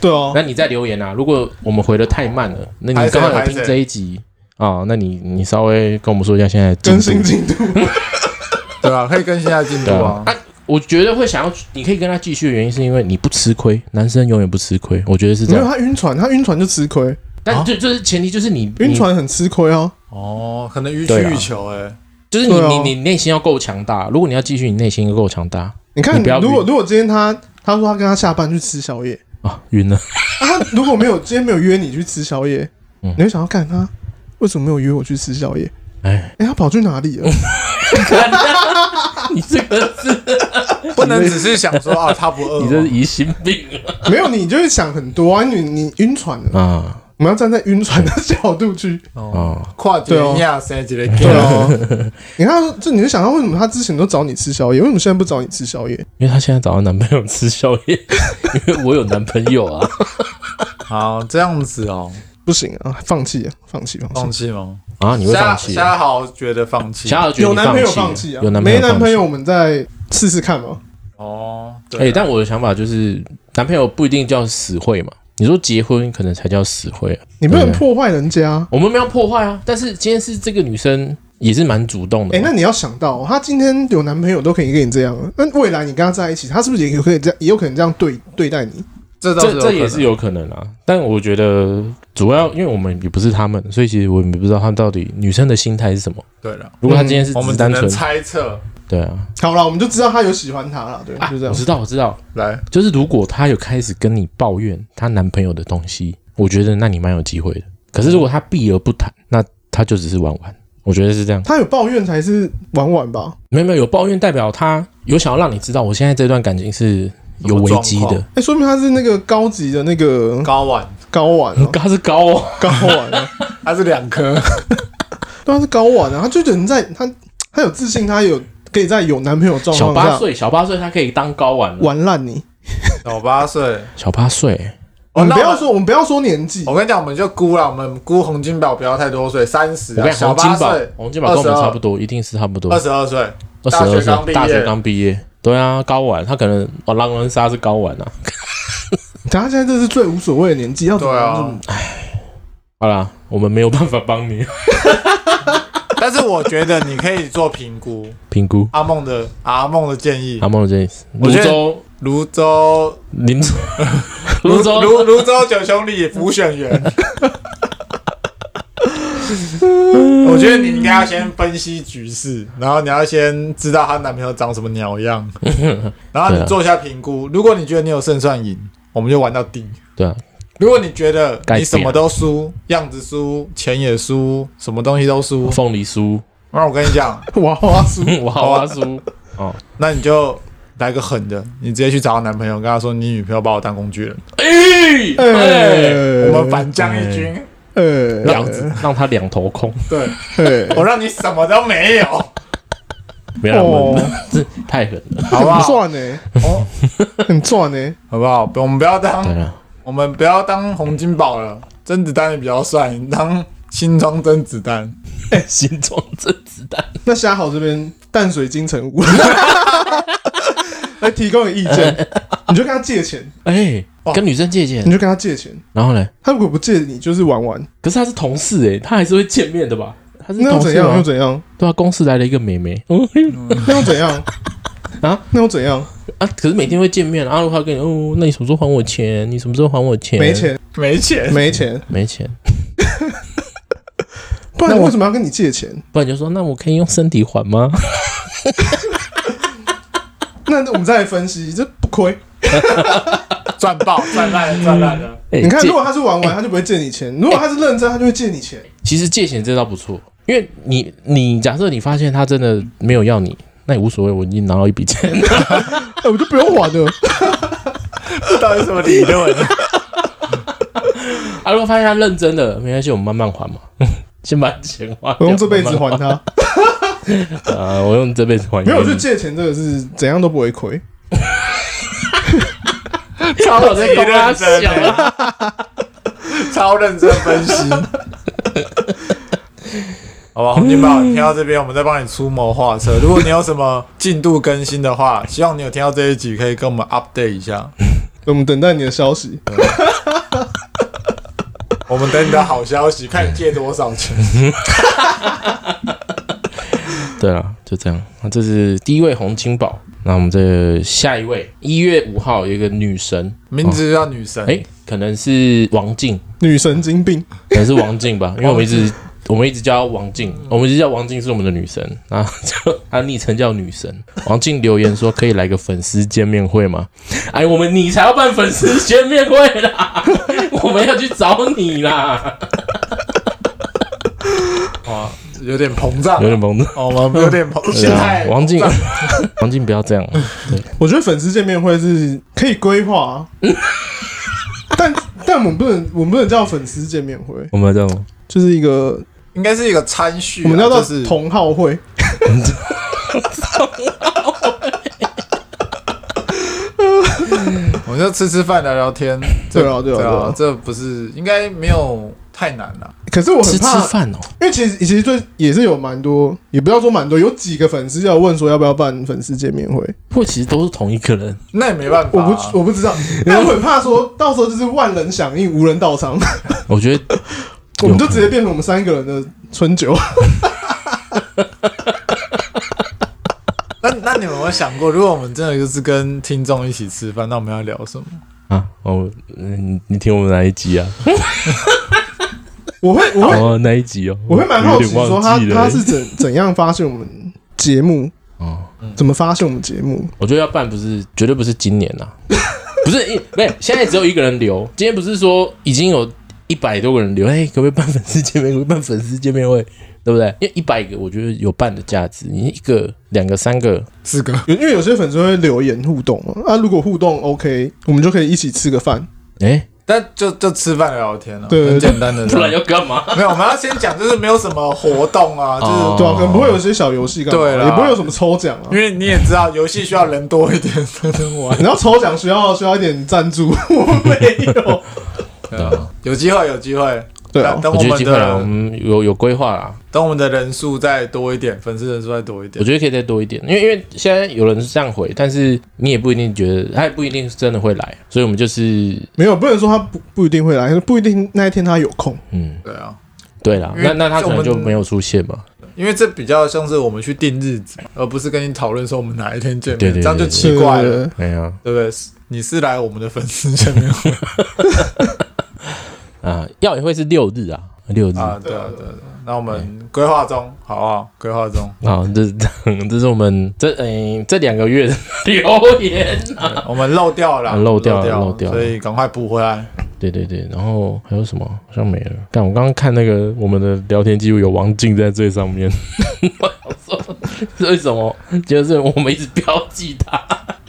Speaker 3: 对啊，
Speaker 1: 那你再留言啊。如果我们回的太慢了，那你刚好有听这一集啊、那你你稍微跟我们说一下现在的进
Speaker 3: 更
Speaker 1: 度
Speaker 3: 新进度。
Speaker 2: 对啊，可以更新一下进度
Speaker 1: 对
Speaker 2: 啊
Speaker 1: 啊。。啊我觉得会想要，你可以跟他继续的原因是因为你不吃亏，男生永远不吃亏，我觉得是这
Speaker 3: 没有，啊
Speaker 1: 样。
Speaker 3: 她晕船，她晕船就吃亏，
Speaker 1: 但就就是前提就是你
Speaker 3: 晕
Speaker 1: 你
Speaker 3: 船很吃亏啊。
Speaker 2: 哦，可能予取
Speaker 1: 对啊
Speaker 2: 予求哎，
Speaker 1: 就是你、
Speaker 3: 对啊
Speaker 1: 你你内心要够强大。如果你要继续，你内心要够强大
Speaker 3: 你看，
Speaker 1: 你不要
Speaker 3: 如果
Speaker 1: 晕
Speaker 3: 如果今天她她说她跟她下班去吃宵夜，
Speaker 1: 啊，晕了。
Speaker 3: 啊，他如果没有今天没有约你去吃宵夜，
Speaker 1: 嗯
Speaker 3: 你会想要干他为什么没有约我去吃宵夜？
Speaker 1: 哎，
Speaker 3: 哎、他跑去哪里了？
Speaker 1: 你这个是
Speaker 2: 不能只是想说啊，他不饿哦。
Speaker 1: 你这是疑心病
Speaker 3: 没有，你就会想很多啊，你你晕船了。
Speaker 1: 啊
Speaker 3: 我们要站在晕船的角度去，
Speaker 1: 啊！
Speaker 2: 跨几个亚生几个 g
Speaker 3: 对啊。你看，就你就想到为什么他之前都找你吃宵夜，为什么现在不找你吃宵夜？
Speaker 1: 因为她现在找到男朋友吃宵夜， 因为我有男朋友啊。
Speaker 2: 好，这样子哦，
Speaker 3: 不行啊，放弃啊，放弃，放
Speaker 2: 放
Speaker 3: 弃。
Speaker 2: 弃吗？
Speaker 1: 啊，你会放
Speaker 2: 夏
Speaker 1: 弃、啊？
Speaker 2: 夏豪觉得放弃。
Speaker 1: 夏尔觉得
Speaker 3: 有
Speaker 1: 你
Speaker 3: 男朋友
Speaker 1: 放
Speaker 3: 放
Speaker 1: 弃
Speaker 3: 弃啊，
Speaker 1: 有男朋
Speaker 3: 没
Speaker 1: 友
Speaker 3: 男
Speaker 1: 放
Speaker 3: 朋
Speaker 1: 弃
Speaker 3: 友，我们再试试看嘛。
Speaker 2: 哦，
Speaker 1: 哎、
Speaker 2: 对啊，
Speaker 1: 但我的想法就是，男朋友不一定叫死会嘛。你说结婚可能才叫死会啊，
Speaker 3: 你不能
Speaker 1: 对
Speaker 3: 破坏人家啊。
Speaker 1: 我们没有破坏啊。但是今天是这个女生也是蛮主动的
Speaker 3: 哎、
Speaker 1: 嘛，
Speaker 3: 那你要想到，她今天有男朋友都可以跟你这样了，那未来你跟她在一起，她是不是也有可以这样，也有可能这样对对待你？
Speaker 2: 这倒
Speaker 1: 这这也是
Speaker 2: 有
Speaker 1: 有可能啊。但我觉得主要因为我们也不是他们，所以其实我们也不知道他到底女生的心态是什么。
Speaker 2: 可能对了，
Speaker 1: 如果她
Speaker 3: 嗯
Speaker 1: 今天是
Speaker 2: 我
Speaker 1: 只
Speaker 2: 们
Speaker 1: 是
Speaker 2: 只
Speaker 1: 单
Speaker 2: 能
Speaker 1: 纯，
Speaker 2: 猜测。
Speaker 1: 对啊，
Speaker 3: 好了，我们就知道她有喜欢他了，对，
Speaker 1: 啊
Speaker 3: 就这
Speaker 1: 我
Speaker 3: 样。
Speaker 1: 知道我知道，
Speaker 2: 来，
Speaker 1: 就是如果她有开始跟你抱怨她男朋友的东西，我觉得那你蛮有机会的。可是如果她避而不谈，那她就只是玩玩。我觉得是这样。
Speaker 3: 她有抱怨才是玩玩吧？
Speaker 1: 没有没有，有抱怨代表他有想要让你知道，我现在这段感情是有危机
Speaker 2: 什么状
Speaker 1: 的
Speaker 2: 况。
Speaker 3: 哎、说明她是那个高级的那个
Speaker 2: 高碗
Speaker 3: 高玩、啊，
Speaker 1: 他是高哦，
Speaker 3: 高玩、啊，
Speaker 2: 它是两 颗，
Speaker 3: 对，她是高玩啊，她就人在她她有自信，她有可以在有男朋友状
Speaker 1: 小
Speaker 3: 况
Speaker 1: 八
Speaker 3: 下
Speaker 1: 岁，小八岁他可以当高玩了。
Speaker 3: 玩烂你。
Speaker 2: 小八岁。
Speaker 1: 小八岁，
Speaker 3: 我们
Speaker 2: 哦那哦
Speaker 3: 不要说，我们不要说年纪
Speaker 2: 我，跟你讲，我们就估了，我们估洪金宝不要太多岁，三十
Speaker 1: 我
Speaker 2: 啊，
Speaker 1: 跟你
Speaker 2: 小
Speaker 1: 讲，洪
Speaker 2: 八
Speaker 1: 金宝
Speaker 2: 岁，，
Speaker 1: 洪金宝跟我们
Speaker 2: 22
Speaker 1: 差不多，一定是差不多
Speaker 2: 二，十二岁，
Speaker 1: 二十
Speaker 2: 大学
Speaker 1: 二
Speaker 2: 刚
Speaker 1: 岁，
Speaker 2: 毕业
Speaker 1: 大学刚毕业。对啊，高玩，他可能哦，狼人杀是高玩啊。
Speaker 3: 她现在这是最无所谓的年纪，要怎么
Speaker 2: 对啊
Speaker 3: 玩就怎么
Speaker 1: 好啦，我们没有办法帮你
Speaker 2: 但是我觉得你可以做评估。
Speaker 1: 评估。
Speaker 2: 阿梦的阿梦的建议
Speaker 1: 阿，梦这泸
Speaker 2: 我觉得
Speaker 1: 州、
Speaker 2: 泸州
Speaker 1: 林 州、泸州，
Speaker 2: 泸泸州九兄弟浮 选员。我觉得你应该要先分析局势，然后你要先知道她男朋友长什么鸟 样，然后你
Speaker 1: 啊
Speaker 2: 做一下评估。如果你觉得你有胜算赢，我们就玩到底；
Speaker 1: 对啊，
Speaker 2: 如果你觉得你什么都输，样子输，钱也输，什么东西 都输，
Speaker 1: 凤梨酥、
Speaker 2: 那我跟你讲，
Speaker 3: 娃娃酥。
Speaker 1: 娃 娃酥，哦，
Speaker 2: 那你就来个狠的，你直接去找她男朋友，跟他说你女朋友把我当工具人，
Speaker 1: 哎哎，
Speaker 3: 哎
Speaker 2: 我们反将一军。
Speaker 3: 呃
Speaker 1: 这样子让他两头空。
Speaker 2: 对
Speaker 3: 嘿
Speaker 2: 我让你什么都没有，
Speaker 1: 没有啦，我们这太狠了。
Speaker 2: 好不
Speaker 3: 哦很
Speaker 2: 好？
Speaker 3: 赚呢，
Speaker 2: 哦
Speaker 3: 很赚呢。
Speaker 2: 好不好？我们不要
Speaker 3: 哦
Speaker 1: 对啊
Speaker 2: 当，
Speaker 1: 了，
Speaker 2: 我们不要当洪金宝了，甄子丹也比较帅，你当新装甄子丹。
Speaker 3: 哎
Speaker 1: 心中这
Speaker 3: 哦
Speaker 1: 子弹，
Speaker 3: 那虾好这边淡水金城武 来提供个意
Speaker 2: 哎
Speaker 3: 见，你就跟他借钱，
Speaker 1: 哎
Speaker 2: 哇，
Speaker 1: 跟女生借钱
Speaker 3: 你，就跟他借钱。
Speaker 1: 然后呢？
Speaker 3: 他如果不借你，就是玩玩。
Speaker 1: 欸可是他是同事哎，他还是会见面的吧？他是
Speaker 3: 那又
Speaker 1: 同
Speaker 3: 怎
Speaker 1: 事
Speaker 3: 样？又
Speaker 1: 吗？
Speaker 3: 怎样？
Speaker 1: 对啊，公司来了一个妹妹，哦
Speaker 3: 那又怎 样？
Speaker 1: 啊？
Speaker 3: 那又怎样？
Speaker 1: 啊，可是每天会见面，阿鲁他跟你哦，那你什么时候还我钱？你什么时候还我钱？
Speaker 3: 没， 钱，
Speaker 2: 没钱，
Speaker 3: 没钱，
Speaker 1: 没钱，
Speaker 3: 不然
Speaker 1: 那
Speaker 3: 你
Speaker 1: 我
Speaker 3: 为什么要跟你借钱？
Speaker 1: 不然你就说那我可以用身体还吗？
Speaker 3: 那我们再来分析，这不亏。
Speaker 2: 赚爆，赚烂了，赚烂了。
Speaker 1: 哎
Speaker 3: 你看，
Speaker 1: 借
Speaker 3: 如果他是玩 玩，他就不会借你钱；如果他是认真，他就会借你钱。
Speaker 1: 其实借钱这招不错，因为你你假设你发现他真的没有要你，那也无所谓，我已经拿到一笔钱 了。
Speaker 3: 哎，我就不用还了。
Speaker 2: 这 到底什么理论？
Speaker 1: 啊，如果发现他认真的，没关系，我们慢慢还嘛， 先把钱花掉。
Speaker 3: 我用这辈子还
Speaker 1: 慢慢
Speaker 3: 他，
Speaker 1: 啊，我用这辈子还。
Speaker 3: 没有就借钱，这个是怎样都不会亏。
Speaker 2: 超
Speaker 1: 我
Speaker 2: 级
Speaker 1: 在跟他
Speaker 2: 认真
Speaker 1: 想
Speaker 2: 欸，
Speaker 1: 啊，
Speaker 2: 超认真分析。好吧，洪金宝，你听到这边，我们再帮你出谋划策。如果你有什么进度更新的话，希望你有听到这一集，可以跟我们 update 一下。
Speaker 3: 我们等待你的消 息。
Speaker 2: 我们等你的好消息，看你借多少钱。
Speaker 1: 对了，就这样。那这是第一位洪金宝，那我们这下一位一月五号有一个女神，
Speaker 2: 名字叫女神，
Speaker 1: 哎、可能是王静，
Speaker 3: 女神经病，
Speaker 1: 可能是王静吧，因为我们一直我们一直叫她王静，我们一直叫王静是我们的女神啊， 就她昵称叫女神。王静留言说可以来个粉丝见面会吗？哎，我们你才要办粉丝见面会啦， 我们要去找你啦，
Speaker 2: 哇，哦有点膨胀
Speaker 1: 有。点啊懵的。
Speaker 2: 哦，我们有 点膨，现在
Speaker 1: 王 静，王静不要这样，
Speaker 3: 我觉得粉丝见面会是可以规划 啊，但但我们不能，我们不能叫粉丝见面会，
Speaker 1: 我们这样，
Speaker 3: 就是一个
Speaker 2: 应该是一个参叙啊，
Speaker 3: 我们叫做
Speaker 2: 就是
Speaker 3: 同好会。
Speaker 2: 我们就吃吃饭聊聊天。这
Speaker 3: 对啊对啊对啊
Speaker 2: 这不是应该没有太难啊了。
Speaker 3: 可是我
Speaker 1: 吃
Speaker 3: 很
Speaker 1: 吃
Speaker 3: 怕，
Speaker 1: 饭哦，
Speaker 3: 因为其实其实最也是有蛮多，也不要说蛮多，有几个粉丝要问说要不要办粉丝见面会，
Speaker 1: 或其实都是同一个人，
Speaker 2: 那也没办法
Speaker 3: 我
Speaker 2: 啊、
Speaker 3: 不我不知道，但我很怕说到时候就是万人响应，无人到场，
Speaker 1: 我觉得
Speaker 3: 我们就直接变成我们三个人的春酒。
Speaker 2: 那那你们有没有想过，如果我们真的就是跟听众一起吃饭，那我们要聊什么？
Speaker 1: 啊，哦，嗯，你听我们哪一集啊？
Speaker 3: 我会我会
Speaker 1: 哦，哪一集哦？
Speaker 3: 我会蛮好奇
Speaker 1: 有
Speaker 3: 说
Speaker 1: 点
Speaker 3: 他
Speaker 1: 忘记了
Speaker 3: 他是怎怎样发现我们节目，
Speaker 1: 哦，
Speaker 3: 怎么发现我们节目？
Speaker 1: 我觉得要办不是绝对不是今年呐、 不是一没有，现在只有一个人留。今天不是说已经有一百多个人留，哎、可不可以办粉丝见面会？办粉丝见面会，对不对？因为一百个，我觉得有办的价值。你一个、两个、三个，
Speaker 2: 四个
Speaker 3: 有因为有些粉丝会留言互动嘛，啊，如果互动 OK，我们就可以一起吃个饭。
Speaker 1: 哎、
Speaker 2: 但就就吃饭聊聊天了、啊
Speaker 3: 对
Speaker 2: 很简单的。
Speaker 1: 不然要干嘛？
Speaker 2: 没有，我们要先讲，就是没有什么活动啊，就是、
Speaker 1: 哦
Speaker 3: 对啊，可能不会有一些小游戏干嘛，
Speaker 2: 对啦
Speaker 3: 也不会有什么抽奖啊
Speaker 2: 因。为你也知道，游戏需要人多一点 才能玩。
Speaker 3: 你要抽奖需要需要一点赞助， 我们没有。
Speaker 2: 对啊有机会，有机会。
Speaker 3: 对啊，
Speaker 2: 等
Speaker 1: 我
Speaker 2: 我
Speaker 1: 觉得
Speaker 2: 们
Speaker 1: 机会啦，我
Speaker 2: 的
Speaker 1: 们嗯有有规划啦。
Speaker 2: 等我们的人数再多一点，粉丝人数再多一
Speaker 1: 我
Speaker 2: 点。
Speaker 1: 觉得可以再多一点，因为因为现在有人是这样回，但是你也不一定觉得，他也不一定是真的会来，所以我们就是
Speaker 3: 没有不能说他不不一定会来，不一定那一天他有空。
Speaker 1: 嗯，
Speaker 2: 对啊，
Speaker 1: 对啦，
Speaker 2: 因为
Speaker 1: 那那他可
Speaker 2: 我
Speaker 1: 能
Speaker 2: 们
Speaker 1: 就没有出现嘛。
Speaker 2: 因为这比较像是我们去定日子，而不是跟你讨论说我们哪一天见面，
Speaker 1: 对对对
Speaker 2: 这样就奇怪
Speaker 3: 对对
Speaker 2: 了，
Speaker 3: 对
Speaker 1: 哎呀，
Speaker 2: 对不对？你是来我们的粉丝见 面会
Speaker 1: 啊，要也会是六日啊，六日
Speaker 2: 啊？对啊，对啊对啊。那我们规划中，好不好？规划 中，
Speaker 1: 好，啊这这是我们这诶、这两个月的留 言。
Speaker 2: 我们漏掉了啦，
Speaker 1: 啊漏掉了
Speaker 2: 掉
Speaker 1: 漏掉了
Speaker 2: 所以赶快补回来。
Speaker 1: 对对对，然后还有什么？好像没了。但我刚刚看那个我们的聊天记录有王静在最上面， 我想说是为什么？就是我们一直标记他。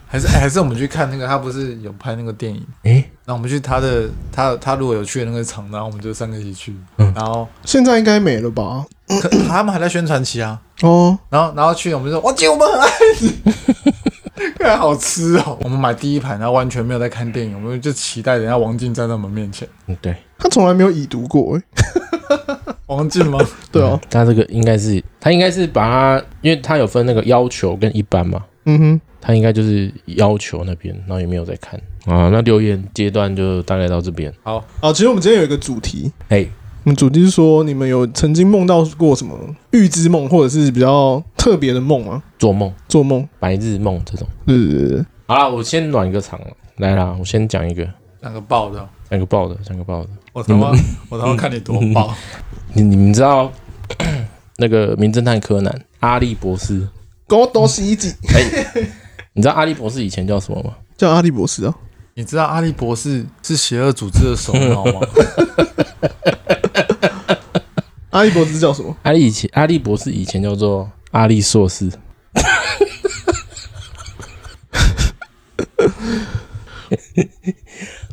Speaker 2: 还是、哎还是我们去看那个，他不是有拍那个电影？
Speaker 1: 诶、
Speaker 2: 那我们去他的，他他如果有去的那个场，然后我们就三个一起去。
Speaker 1: 嗯
Speaker 2: 然后
Speaker 3: 现在应该没了吧？
Speaker 2: 可 他们还在宣传期啊，
Speaker 3: 哦，
Speaker 2: 然后然后去我们就说，王姐我们很爱你， 看好吃哦。我们买第一排，然后完全没有在看电影，我们就期待人家王静站在我们面前。
Speaker 1: 嗯，对，
Speaker 3: 他从来没有已读过、欸。
Speaker 2: 王静吗？
Speaker 3: 对啊，
Speaker 1: 嗯他这个应该是他应该是把他，因为他有分那个要求跟一般嘛，
Speaker 3: 嗯哼，
Speaker 1: 他应该就是要求那边，然后也没有在看啊。那留言阶段就大概到这边。
Speaker 2: 好，
Speaker 3: 好，其实我们今天有一个主题，
Speaker 1: 哎，
Speaker 3: 我们主题是说，你们有曾经梦到过什么预知梦，或者是比较特别的梦吗？
Speaker 1: 做梦、
Speaker 3: 做梦？
Speaker 1: 白日梦这种。
Speaker 3: 对对对对，
Speaker 1: 好啦，我先暖一个场了，来啦，我先讲一个，
Speaker 2: 那个爆的，
Speaker 1: 讲一个爆的，讲一个爆的。
Speaker 2: 我他妈我他妈看你多爆，
Speaker 1: 你你们知道 那个名侦探柯南阿笠博士？
Speaker 3: 狗都是一集，
Speaker 1: 你知道阿笠博士以前叫什么吗？
Speaker 3: 叫阿笠博 士啊，
Speaker 2: 你知道阿笠博士是邪恶组织的首脑吗？
Speaker 3: 阿笠博士叫什么？
Speaker 1: 阿笠以前阿笠博士以前叫做阿笠硕士。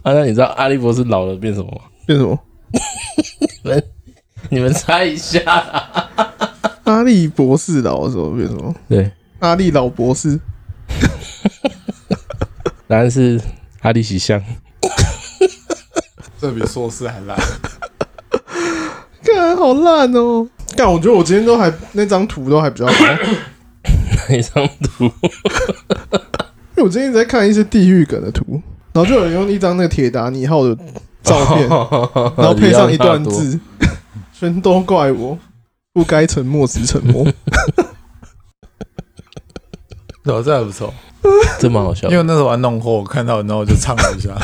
Speaker 1: 啊，那你知道阿笠博士老了变什么吗？
Speaker 3: 变什么？
Speaker 1: 你们 你们猜一下啦。
Speaker 3: 阿笠博士老的时候变什么？
Speaker 1: 对，
Speaker 3: 阿笠老博士，
Speaker 1: 答案是阿笠喜相。
Speaker 2: 这比硕士还烂。
Speaker 3: 干好烂哦！干，我觉得我今天都还那张图都还比较好，因
Speaker 1: 那一 张图，
Speaker 3: 为我今天一直在看一些地狱梗的图，然后就有人用一张那个铁达尼号的照 片，然
Speaker 1: 然
Speaker 3: 后配上一段，字，全都怪我，不该沉默时沉默。
Speaker 2: 对，啊这还不错，
Speaker 1: 这蛮好笑
Speaker 2: 因为。我那时候玩弄货，我看到然后我就唱了一下。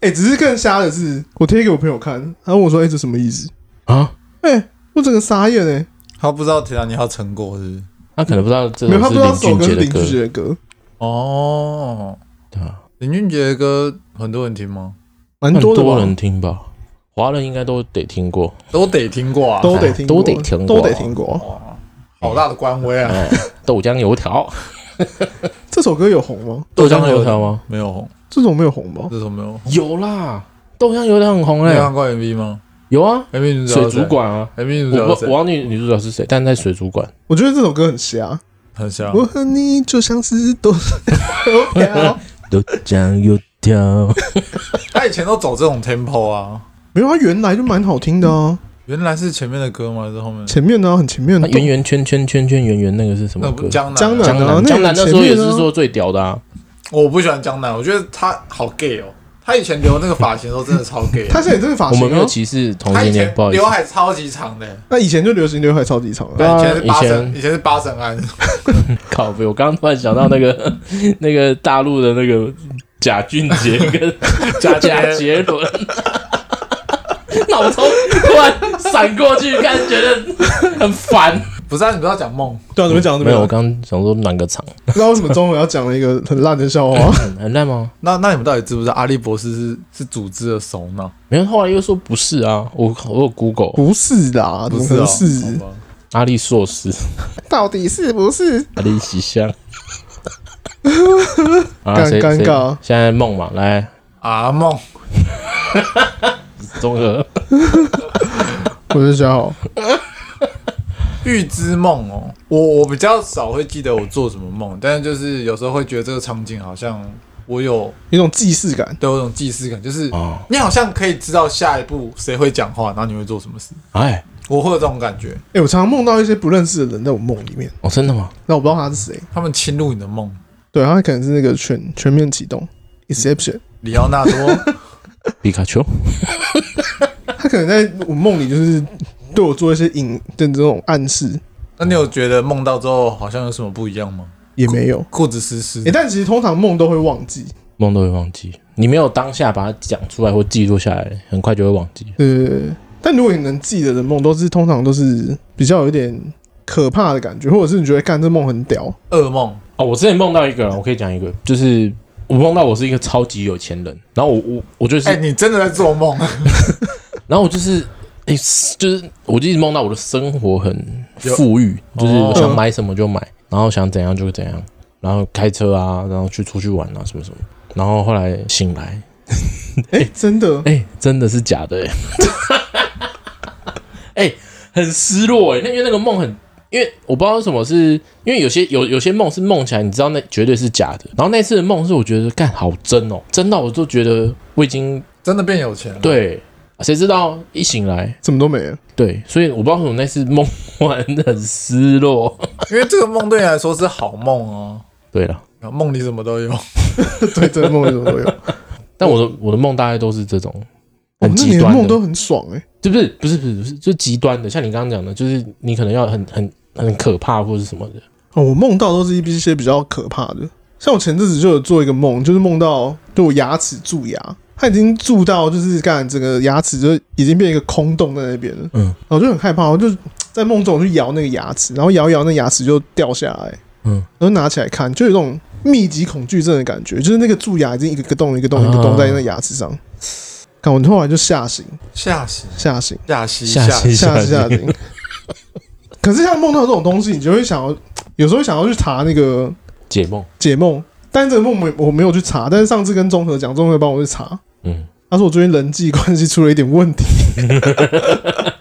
Speaker 3: 哎、只是更瞎的是，我贴给我朋友看，他问我说：“哎、这什么意思
Speaker 1: 啊，？”
Speaker 3: 哎、我整个傻眼哎、
Speaker 2: 他不知道铁达尼号成果是不是
Speaker 1: 他可能不知道这
Speaker 3: 没有，他
Speaker 1: 首
Speaker 3: 不知道这首
Speaker 1: 林
Speaker 3: 歌
Speaker 1: 俊
Speaker 3: 是
Speaker 1: 杰
Speaker 3: 林
Speaker 1: 的
Speaker 3: 俊杰
Speaker 1: 歌，
Speaker 3: 的歌，
Speaker 2: 哦。
Speaker 1: 对啊，
Speaker 2: 林俊杰的歌很多人听吗？
Speaker 3: 蛮
Speaker 1: 很
Speaker 3: 多的
Speaker 1: 多
Speaker 3: 吧
Speaker 1: 人，听吧，华人应该都得听过。
Speaker 2: 都得听过啊，
Speaker 3: 都得听过，
Speaker 1: 都得听过
Speaker 3: 都得听过。啊
Speaker 2: 哇，好大的官威啊！
Speaker 1: 哎，豆浆油条，
Speaker 3: 这首歌有红吗？
Speaker 1: 豆浆油条吗？
Speaker 2: 没有红，
Speaker 3: 这首没有红吧？
Speaker 2: 这首没有红。
Speaker 1: 有啦，豆浆油条很红
Speaker 2: 你
Speaker 1: 嘞
Speaker 2: 有，看过 MV 吗
Speaker 1: 有啊，
Speaker 2: ？MV 女主角
Speaker 1: 水
Speaker 2: 是谁
Speaker 1: 族馆啊，我
Speaker 2: ，MV 女主
Speaker 1: 不
Speaker 2: 角
Speaker 1: 我
Speaker 2: 是谁
Speaker 1: 忘记女主角是谁，但在水族馆，
Speaker 3: 我觉得这首歌很瞎。
Speaker 2: 很像。
Speaker 3: 我和你就像是多油条，
Speaker 1: 豆浆油条，
Speaker 2: 他以前都走这种 tempo 啊，
Speaker 3: 没有，它原来就蛮好听的啊。
Speaker 2: 原来是前面的歌吗？还是后面？
Speaker 3: 前面呢，很前面
Speaker 1: 那
Speaker 3: 的。
Speaker 1: 圆圆圈圈圈圈圆圆那个是什
Speaker 2: 那
Speaker 1: 么
Speaker 2: 不
Speaker 1: 歌？
Speaker 2: 江南，
Speaker 3: 江南
Speaker 1: 江
Speaker 3: 啊
Speaker 1: 南，
Speaker 3: 那
Speaker 1: 江南那时候也
Speaker 3: 很前面
Speaker 1: 是
Speaker 3: 啊
Speaker 1: 说最屌的啊，
Speaker 2: 我不喜欢江南，我觉得他好 gay 哦。他以前留那个发型的时候真的超 gay，
Speaker 3: 他现在也这个发
Speaker 1: 我
Speaker 3: 型
Speaker 1: 们没有
Speaker 3: 啊，
Speaker 1: 歧视同
Speaker 2: 他以
Speaker 1: 性恋
Speaker 2: 前，
Speaker 1: 不好意思
Speaker 2: 刘。海超级长的，
Speaker 3: 那以前就流行刘海超级长啊
Speaker 1: 对啊
Speaker 2: 以前是八
Speaker 1: 以
Speaker 2: 神，
Speaker 1: 前
Speaker 2: 以前是八神庵，
Speaker 1: 靠背，我刚刚突然想到那个那个大陆的那个贾俊杰 跟贾贾杰伦， 脑中突然闪过去，看觉得很烦。
Speaker 2: 不是啊？你不要讲梦，
Speaker 3: 对啊，怎么讲？怎
Speaker 1: 没
Speaker 3: 么
Speaker 1: 有，
Speaker 3: 讲
Speaker 1: 我？刚刚想说暖个场，
Speaker 3: 不知道为什么中午要讲了一个很烂的笑话。
Speaker 1: 很很烂吗？
Speaker 2: 那那你们到底知不知道阿笠博士是是组织的首脑？
Speaker 1: 没有，后来又说不是啊，我我有 Google
Speaker 3: 不是啦，怎
Speaker 2: 不
Speaker 3: 么可
Speaker 2: 是哦，
Speaker 3: 能是？啊
Speaker 2: 好吧
Speaker 1: 阿力硕士，
Speaker 3: 到底是不是？
Speaker 1: 阿力 奇香。啊
Speaker 3: 尴
Speaker 1: 谁
Speaker 3: 尴
Speaker 1: 谁
Speaker 3: 尬
Speaker 1: 现在梦嘛，来
Speaker 2: 啊梦，
Speaker 1: 综合
Speaker 3: 我是小好，
Speaker 2: 预知梦哦，我我比较少会记得我做什么梦，但是就是有时候会觉得这个场景好像我有
Speaker 3: 有一种既视感。
Speaker 2: 都有种既视感，就是
Speaker 1: 哦，
Speaker 2: 你好像可以知道下一步谁会讲话，然后你会做什么事，
Speaker 1: 哎，
Speaker 2: 我会有这种感觉。
Speaker 3: 哎、我常常梦到一些不认识的人在我梦里面，
Speaker 1: 哦，真的吗？
Speaker 3: 那我不知道他是谁。
Speaker 2: 他们侵入你的梦，
Speaker 3: 对，他可能是那个全全面启动 exception，
Speaker 2: 里奥纳多
Speaker 1: 皮卡丘，
Speaker 3: 他可能在我梦里就是对我做一些隐的这种暗示，
Speaker 2: 那你有觉得梦到之后好像有什么不一样吗？
Speaker 3: 也没有。
Speaker 2: 裤子湿湿
Speaker 3: 哎、，但其实通常梦都会忘记，
Speaker 1: 梦都会忘记。你没有当下把它讲出来或记录下来，很快就会忘记。
Speaker 3: 呃，但如果你能记得的梦，都是通常都是比较有点可怕的感觉，或者是你觉得干这梦很屌，
Speaker 2: 噩梦，
Speaker 1: 哦，我之前梦到一个人，我可以讲一个，就是我梦到我是一个超级有钱人，然后我我我就是，
Speaker 2: 哎、你真的在 做梦？
Speaker 1: 然后我就是，哎、就是我就一直梦到我的生活很富裕，
Speaker 2: 有
Speaker 1: 就是我
Speaker 3: 哦
Speaker 1: 想买什么就买，然后想怎样就怎样，然后开车啊，然后去出去玩啊，什么什么。然后后来醒来，
Speaker 3: 哎、 真的，
Speaker 1: 哎、真的是假的、欸， 哎、很失落哎、那因为那个梦很，因为我不知道为什么是，因为有些有有些梦是梦起来，你知道那绝对是假的，然后那次的梦是我觉得干好真哦，真到我就觉得我已经
Speaker 2: 真的变有钱了？，
Speaker 1: 对，谁知道一醒来，
Speaker 3: 怎么都没了。
Speaker 1: 对，所以我不知道为什么那次梦 玩的很失落。
Speaker 2: 因为这个梦对你来说是好梦哦、
Speaker 1: 对了，
Speaker 2: 啊，梦里什么都有。
Speaker 3: 对，这个梦里怎么都有？
Speaker 1: 但我的我的梦大概都是这种，
Speaker 3: 我们
Speaker 1: 很
Speaker 3: 哦那
Speaker 1: 极
Speaker 3: 年
Speaker 1: 端
Speaker 3: 梦
Speaker 1: 的，
Speaker 3: 都很爽哎、
Speaker 1: 就不是不是不是不是，就极端的，像你刚刚讲的，就是你可能要很很很可怕或者是什么的。
Speaker 3: 哦，我梦到都是一些比较可怕的，像我前阵子就有做一个梦，就是梦到就我牙齿蛀牙，它已经蛀到就是干整个牙齿就已经变一个空洞在那边了，
Speaker 1: 嗯
Speaker 3: 然后我就很害怕，我就在梦中我去摇那个牙齿，然后摇一摇那牙齿就掉下来，
Speaker 1: 嗯，
Speaker 3: 然后拿起来看，就有一种密集恐惧症的感觉，就是那个蛀牙已经一个个洞一个洞一个洞
Speaker 1: 啊
Speaker 3: 在那牙齿上，看我后来就吓醒
Speaker 2: 吓死，
Speaker 3: 吓醒。
Speaker 2: 吓死，
Speaker 1: 吓
Speaker 2: 吓
Speaker 1: 死
Speaker 2: 死！
Speaker 3: 吓死吓
Speaker 1: 吓
Speaker 3: 死！ 可是像梦到这种东西，你就会想要，有时候想要去查那个
Speaker 1: 解梦，
Speaker 3: 解梦，但这个梦没我没有去查，但是上次跟综合讲，综合帮我去查，
Speaker 1: 嗯，
Speaker 3: 他说我最近人际关系出了一点问题，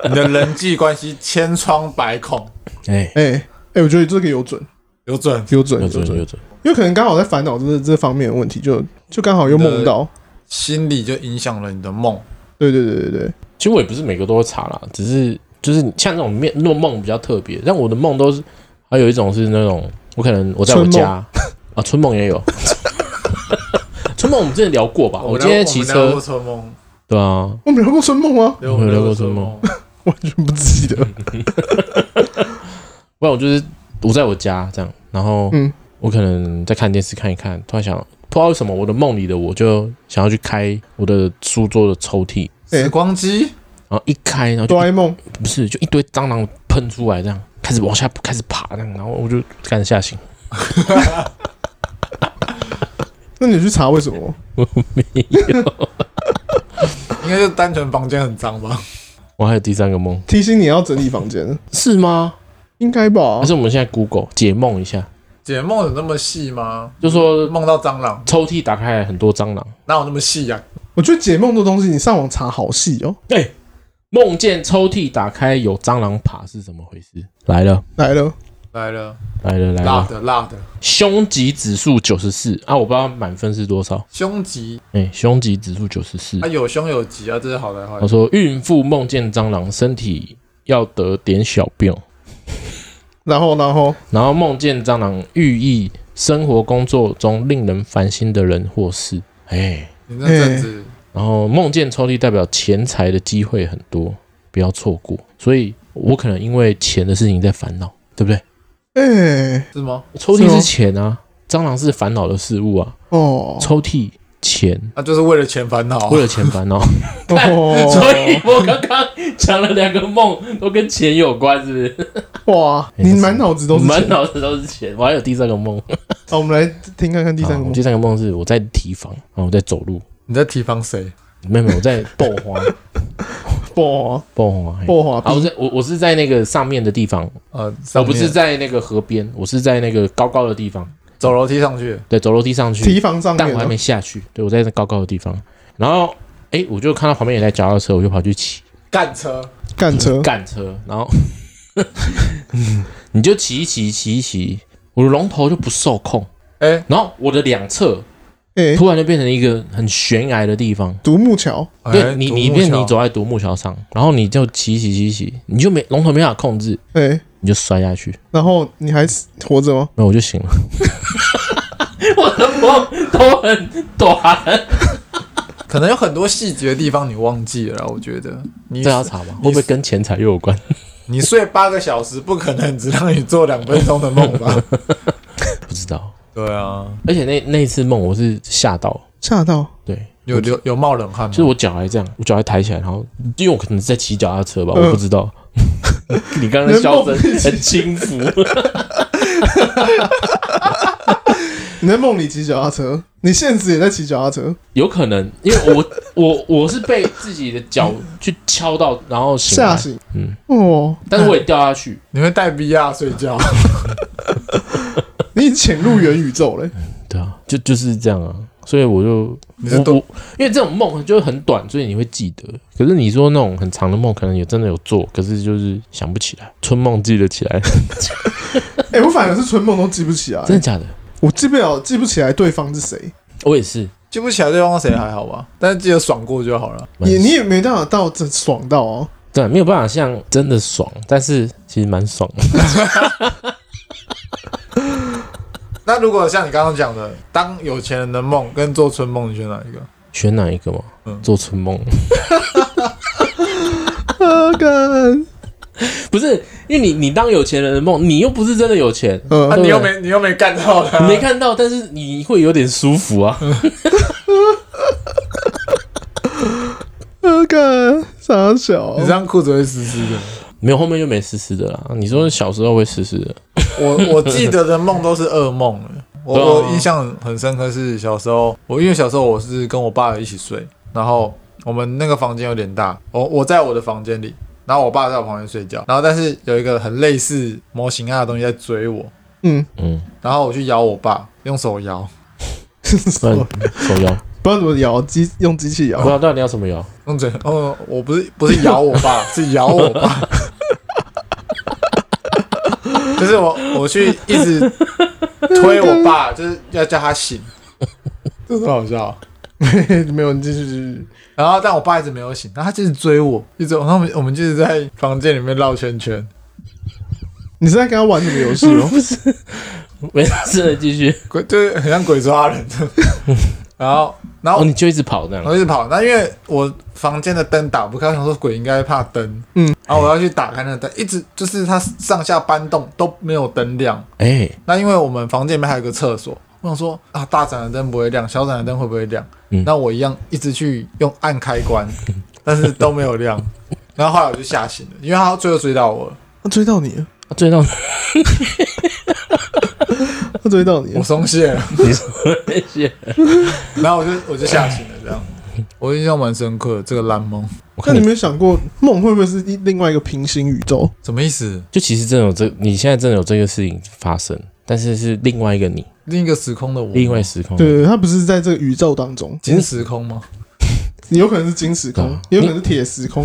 Speaker 2: 你的人际关系千疮百孔，
Speaker 1: 哎、
Speaker 3: 哎、哎、我觉得这个有准
Speaker 2: 有准。
Speaker 3: 有准
Speaker 1: 有准
Speaker 3: 准，
Speaker 1: 有准，
Speaker 3: 因为可能刚好在烦恼这这方面的问题，就就刚好又梦到，
Speaker 2: 心理就影响了你的梦。
Speaker 3: 对对对对对，
Speaker 1: 其实我也不是每个都会查啦，只是就是像那种面弄梦比较特别，但我的梦都是，还有一种是那种我可能我在我
Speaker 3: 春梦
Speaker 1: 家啊，春梦也有，春梦我们之前聊过吧？我今天骑
Speaker 2: 我们聊过
Speaker 1: 车，
Speaker 2: 春梦，
Speaker 1: 对啊，
Speaker 3: 我没聊过春梦啊，
Speaker 2: 对
Speaker 1: 我
Speaker 2: 我
Speaker 1: 们
Speaker 2: 们
Speaker 1: 聊
Speaker 2: 聊
Speaker 1: 过
Speaker 2: 过
Speaker 1: 春
Speaker 2: 春
Speaker 1: 梦
Speaker 2: 梦。
Speaker 3: 完全不记得，
Speaker 1: 不然我就是我在我家这样，然后
Speaker 3: 嗯
Speaker 1: 我可能在看电视看一看，突然想不知道为什么我的梦里的我就想要去开我的书桌的抽屉，
Speaker 3: 哎
Speaker 2: 时光机，
Speaker 1: 然后一开，然后就
Speaker 3: 哆啦 A 梦，
Speaker 1: 不是，就一堆蟑螂喷出来，这样开始往下开始爬，这样，然后我就开始吓醒。
Speaker 3: 那你去查为什么？
Speaker 2: 应该就单纯房间很脏吧？
Speaker 1: 我还有第三个梦，
Speaker 3: 提醒你要整理房间，
Speaker 1: 是吗？
Speaker 3: 应该吧
Speaker 1: 还？是我们现在 Google 解梦一下，
Speaker 2: 解梦有那么细吗？
Speaker 1: 就说
Speaker 2: 梦到蟑螂，
Speaker 1: 抽屉打开来很多蟑螂，
Speaker 2: 哪有那么细啊呀、
Speaker 3: 我觉得解梦这东西，你上网查好细哦、
Speaker 1: 哎、梦见抽屉打开有蟑螂爬是怎么回事？来了，啊
Speaker 3: 来了。
Speaker 2: 来了，
Speaker 1: 来了，来
Speaker 2: 辣
Speaker 1: 了，
Speaker 2: 的辣的，
Speaker 1: 凶吉指数九十四啊，我不知道满分是多少，
Speaker 2: 凶吉，
Speaker 1: 哎、凶吉指数九十四
Speaker 2: 啊，。有凶有吉啊，这是好的坏
Speaker 1: 他
Speaker 2: 的。
Speaker 1: 说孕妇梦见蟑螂，身体要得点小病。
Speaker 3: 然后，然后，
Speaker 1: 然后梦见蟑螂寓意生活工作中令人烦心的人或事，哎，
Speaker 2: 你那阵子
Speaker 1: 然后梦见抽屉代表钱财的机会很多，不要错过。所以我可能因为钱的事情在烦恼，对不对？
Speaker 3: 哎、
Speaker 2: 是吗？
Speaker 1: 抽屉
Speaker 3: 是吗
Speaker 1: 是钱啊，蟑螂是烦恼的事物啊，
Speaker 3: 哦，
Speaker 1: 抽屉钱，
Speaker 2: 那、就是为了钱烦恼啊、
Speaker 1: 为了钱烦 恼。所
Speaker 3: 哦，
Speaker 1: 以 我刚刚讲了两个梦都跟钱有关，是不是？
Speaker 3: 哇，你满脑子都是
Speaker 1: 满
Speaker 3: 钱。
Speaker 1: 脑子都是钱。我还有第三个梦，
Speaker 3: 好，我们来听看看第三个
Speaker 1: 好
Speaker 3: 梦
Speaker 1: 第。三个梦是我在提防，然后我在走路，
Speaker 2: 你在提防谁？
Speaker 1: 没有没有，我在爆 花。
Speaker 3: 爆啊，
Speaker 1: 爆红啊！嘿
Speaker 3: 爆啊！
Speaker 1: 啊，我在我我是在那个上面的地方，
Speaker 2: 呃，
Speaker 1: 我
Speaker 2: 上
Speaker 1: 哦不是
Speaker 2: 面
Speaker 1: 在那个河边，我是在那个高高的地方，
Speaker 2: 走楼梯上去，
Speaker 1: 对，走楼梯上去，
Speaker 3: 提防上
Speaker 1: 但
Speaker 3: 面
Speaker 1: 我还
Speaker 3: 啊
Speaker 1: 没下去，对我在那高高的地方，然后哎、我就看到旁边有台脚踏车，我就跑去骑
Speaker 2: 干车，
Speaker 3: 干
Speaker 2: 嗯
Speaker 3: 车，
Speaker 1: 干车，然后 你就骑一骑骑一骑，我的龙头就不受控，
Speaker 2: 哎、
Speaker 1: 然后我的两侧
Speaker 3: 哎，
Speaker 1: 突然就变成一个很悬崖的地方，
Speaker 3: 独木桥，
Speaker 1: 对
Speaker 2: 哎
Speaker 1: 你
Speaker 2: 独
Speaker 1: 你
Speaker 2: 木
Speaker 1: 变
Speaker 2: 桥
Speaker 1: 你走在独木桥上，然后你就骑骑骑骑，你就没龙头没办法控制，
Speaker 3: 哎，
Speaker 1: 你就摔下去。
Speaker 3: 然后你还活着吗？
Speaker 1: 那我就醒了。 我的梦都很短，
Speaker 2: 可能有很多细节的地方你忘记了啦，我觉得你
Speaker 1: 这要查吗？会不会跟钱财又有关？
Speaker 2: 你睡八个小时，不可能只让你做两分钟的梦 吧？
Speaker 1: 不知道。
Speaker 2: 对啊，
Speaker 1: 而且那那一次梦，我是吓到，
Speaker 3: 吓到，
Speaker 1: 对，
Speaker 2: 有有有冒冷汗吗？
Speaker 1: 就是我脚还这样，我脚还抬起来，然后因为我可能是在骑脚踏车吧，
Speaker 3: 嗯
Speaker 1: 我不知道。 你刚刚的笑声很轻 浮，
Speaker 3: 你在梦里骑脚踏车，你现实也在骑脚踏车，
Speaker 1: 有可能因为我我我是被自己的脚去敲到，然后醒
Speaker 3: 吓
Speaker 1: 来，
Speaker 3: 醒，
Speaker 1: 嗯，
Speaker 3: 哦，
Speaker 1: 但是我也掉下去，
Speaker 2: 你会带 VR 睡觉，
Speaker 3: 你已经潜入元宇宙嘞，
Speaker 1: 对啊，就就是这样啊，所以我就
Speaker 2: 你
Speaker 1: 我
Speaker 2: 是多
Speaker 1: 我因为这种梦就很短，所以你会记得。可是你说那种很长的梦，可能也真的有做，可是就是想不起来。春梦记得起来，
Speaker 3: 哎，我反而是春梦都记不起来，
Speaker 1: 真的假的？
Speaker 3: 我记不了，记不起来对方是谁，
Speaker 1: 我也是，
Speaker 2: 记不起来对方是谁还好吧，但是记得爽过就好了。
Speaker 1: 蛮
Speaker 3: 也你也没办法到这爽到哦，
Speaker 1: 对，没有办法像真的爽，但是其实蛮爽的。
Speaker 2: 那如果像你刚刚讲的，当有钱人的梦跟做春梦，你选哪一个？
Speaker 1: 选哪一个嘛？
Speaker 2: 嗯
Speaker 1: 做春梦，
Speaker 3: 干，
Speaker 1: 不是，因为你你当有钱人的梦，你又不是真的有钱，
Speaker 2: 啊，
Speaker 3: 嗯，
Speaker 2: 你又没你又没干到他，
Speaker 1: 你没看到，但是你会有点舒服啊。
Speaker 3: 呃干傻小
Speaker 2: 你，这样裤子会湿湿的。
Speaker 1: 没有，后面就没湿湿的啦。你说小时候会湿湿的，
Speaker 2: 我我记得的梦都是噩梦了。
Speaker 1: 对啊
Speaker 2: 我我印象很深刻是小时候，我因为小时候我是跟我爸一起睡，然后我们那个房间有点大，我我在我的房间里，然后我爸在我旁边睡觉，然后但是有一个很类似模型啊的东西在追我，
Speaker 3: 嗯，
Speaker 1: 嗯，
Speaker 2: 然后我去摇我爸，用手摇，
Speaker 1: 不然手摇，
Speaker 3: 不知道怎么摇机，用机器
Speaker 1: 不知
Speaker 3: 摇，
Speaker 1: 道到底要什么摇，
Speaker 2: 用嘴，哦，我不是不是摇我 爸，是摇我爸，就是我我去一直推我爸，就是要叫他醒，这很好笑。
Speaker 3: 没有，你继续继续，
Speaker 2: 然后但我爸一直没有醒，然后他就是追我，一直，然后我们我们就是在房间里面绕圈圈，
Speaker 3: 你是在跟他玩什么游戏哦？
Speaker 1: 不是， 没事，继续。
Speaker 2: 鬼就是很像鬼抓人 的。然后然后
Speaker 1: 哦，你就一直跑这
Speaker 2: 我
Speaker 1: 样，
Speaker 2: 一直跑，那因为我房间的灯打不开，我想说鬼应该怕灯，
Speaker 3: 嗯，
Speaker 2: 然后我要去打开那个灯，一直就是它上下搬动都没有灯亮。
Speaker 1: 哎，
Speaker 2: 那因为我们房间里面还有个厕所，我想说啊，大盏的灯不会亮，小盏的灯会不会亮？
Speaker 1: 嗯
Speaker 2: 那我一样一直去用按开关，但是都没有亮。 然后后来我就吓醒了，因为他最后追到我了。
Speaker 3: 他追到你了，
Speaker 1: 啊追到
Speaker 3: 他追到你
Speaker 2: 我
Speaker 3: 了，
Speaker 2: 松懈了，
Speaker 1: 你说那些，
Speaker 2: 然后我就我就吓醒了，这样。我印象蛮深刻的这个烂梦，
Speaker 1: 我看
Speaker 3: 那你有
Speaker 1: 你
Speaker 3: 没有想过梦会不会是一另外一个平行宇宙？
Speaker 2: 什么意思？
Speaker 1: 就其实真的有这，你现在真的有这个事情发生，但是是另外一个你，
Speaker 2: 另一个时空的我，
Speaker 1: 另外时空。
Speaker 3: 对，他不是在这个宇宙当中，
Speaker 2: 金时空吗？
Speaker 3: 你有可能是金时空
Speaker 1: 嗯，
Speaker 3: 也有可能是铁时空，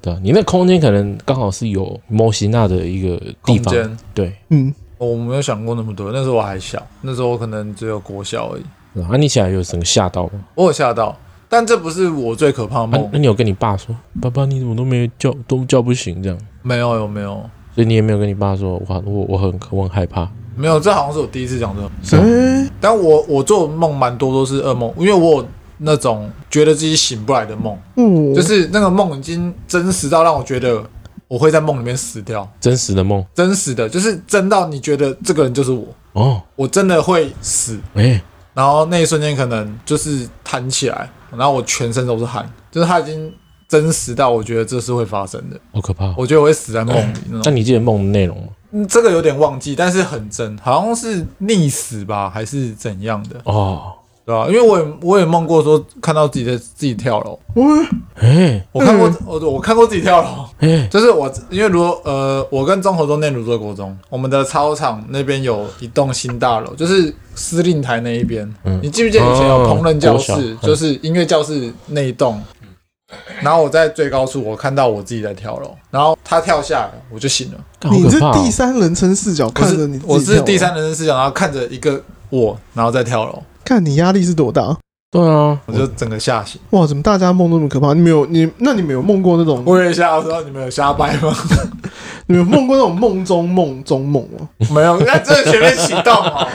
Speaker 1: 对啊，你那空间可能刚好是有摩西纳的一个地
Speaker 2: 空
Speaker 1: 方，
Speaker 2: 间，
Speaker 1: 对。
Speaker 3: 嗯，
Speaker 2: 我没有想过那么多，那时候我还小，那时候我可能只有国小而已，
Speaker 1: 对啊啊，你起来有什么吓到吗？
Speaker 2: 我有吓到，但这不是我最可怕的
Speaker 1: 啊
Speaker 2: 梦，
Speaker 1: 那，你有跟你爸说，爸爸你怎么都没有叫，都叫不醒这样，
Speaker 2: 没有，有没有？
Speaker 1: 所以你也没有跟你爸说，我我我很我很害怕，
Speaker 2: 没有，这好像是我第一次讲这种，
Speaker 1: 是吗
Speaker 3: 哎，
Speaker 2: 但我我做的梦蛮多都是噩梦，因为我有那种觉得自己醒不来的梦，
Speaker 3: 哦，
Speaker 2: 就是那个梦已经真实到让我觉得我会在梦里面死掉，
Speaker 1: 真实的梦
Speaker 2: 真实的，就是真到你觉得这个人就是我，
Speaker 1: 哦，
Speaker 2: 我真的会死。
Speaker 1: 哎、
Speaker 2: 然后那一瞬间可能就是弹起来，然后我全身都是汗，就是它已经真实到我觉得这是会发生的，
Speaker 1: 好可怕哦、
Speaker 2: 我觉得我会死在梦里那
Speaker 1: 那
Speaker 2: 种。
Speaker 1: 你记得梦的内容吗？
Speaker 2: 嗯这个有点忘记，但是很真，好像是溺死吧，还是怎样的，
Speaker 1: 哦，
Speaker 2: 对吧、因为我也我也梦过说看到自己在自己跳楼，
Speaker 3: 哇
Speaker 1: 哎、
Speaker 2: 我看过、我我看过自己跳楼，
Speaker 1: 哎、
Speaker 2: 就是我，因为如果呃，我跟中和中念泸州国中，我们的操场那边有一栋新大楼，就是司令台那一边。
Speaker 1: 嗯
Speaker 2: 你记不记得以前有
Speaker 1: 哦
Speaker 2: 烹饪教室，
Speaker 1: 国小嗯
Speaker 2: 就是音乐教室那一栋？然后我在最高处，我看到我自己在跳楼，然后他跳下来，我就醒了。
Speaker 1: 干好
Speaker 3: 你
Speaker 1: 可
Speaker 3: 是
Speaker 1: 怕哦、
Speaker 3: 第三人称视角
Speaker 2: 我
Speaker 3: 看着
Speaker 2: 是
Speaker 3: 你自己
Speaker 2: 我是
Speaker 3: 跳
Speaker 2: 第三人称视角，然后看着一个我，然后再跳楼，
Speaker 3: 看你压力是多大？
Speaker 1: 对啊，
Speaker 3: 嗯
Speaker 2: 我就整个吓醒。
Speaker 3: 哇，怎么大家梦都那么可怕？你没有你，那你没有梦过那种，
Speaker 2: 我也吓到说你们有瞎掰吗？
Speaker 3: 你有梦过那种梦中梦中梦吗？
Speaker 2: 没有，那这是全面启动哦。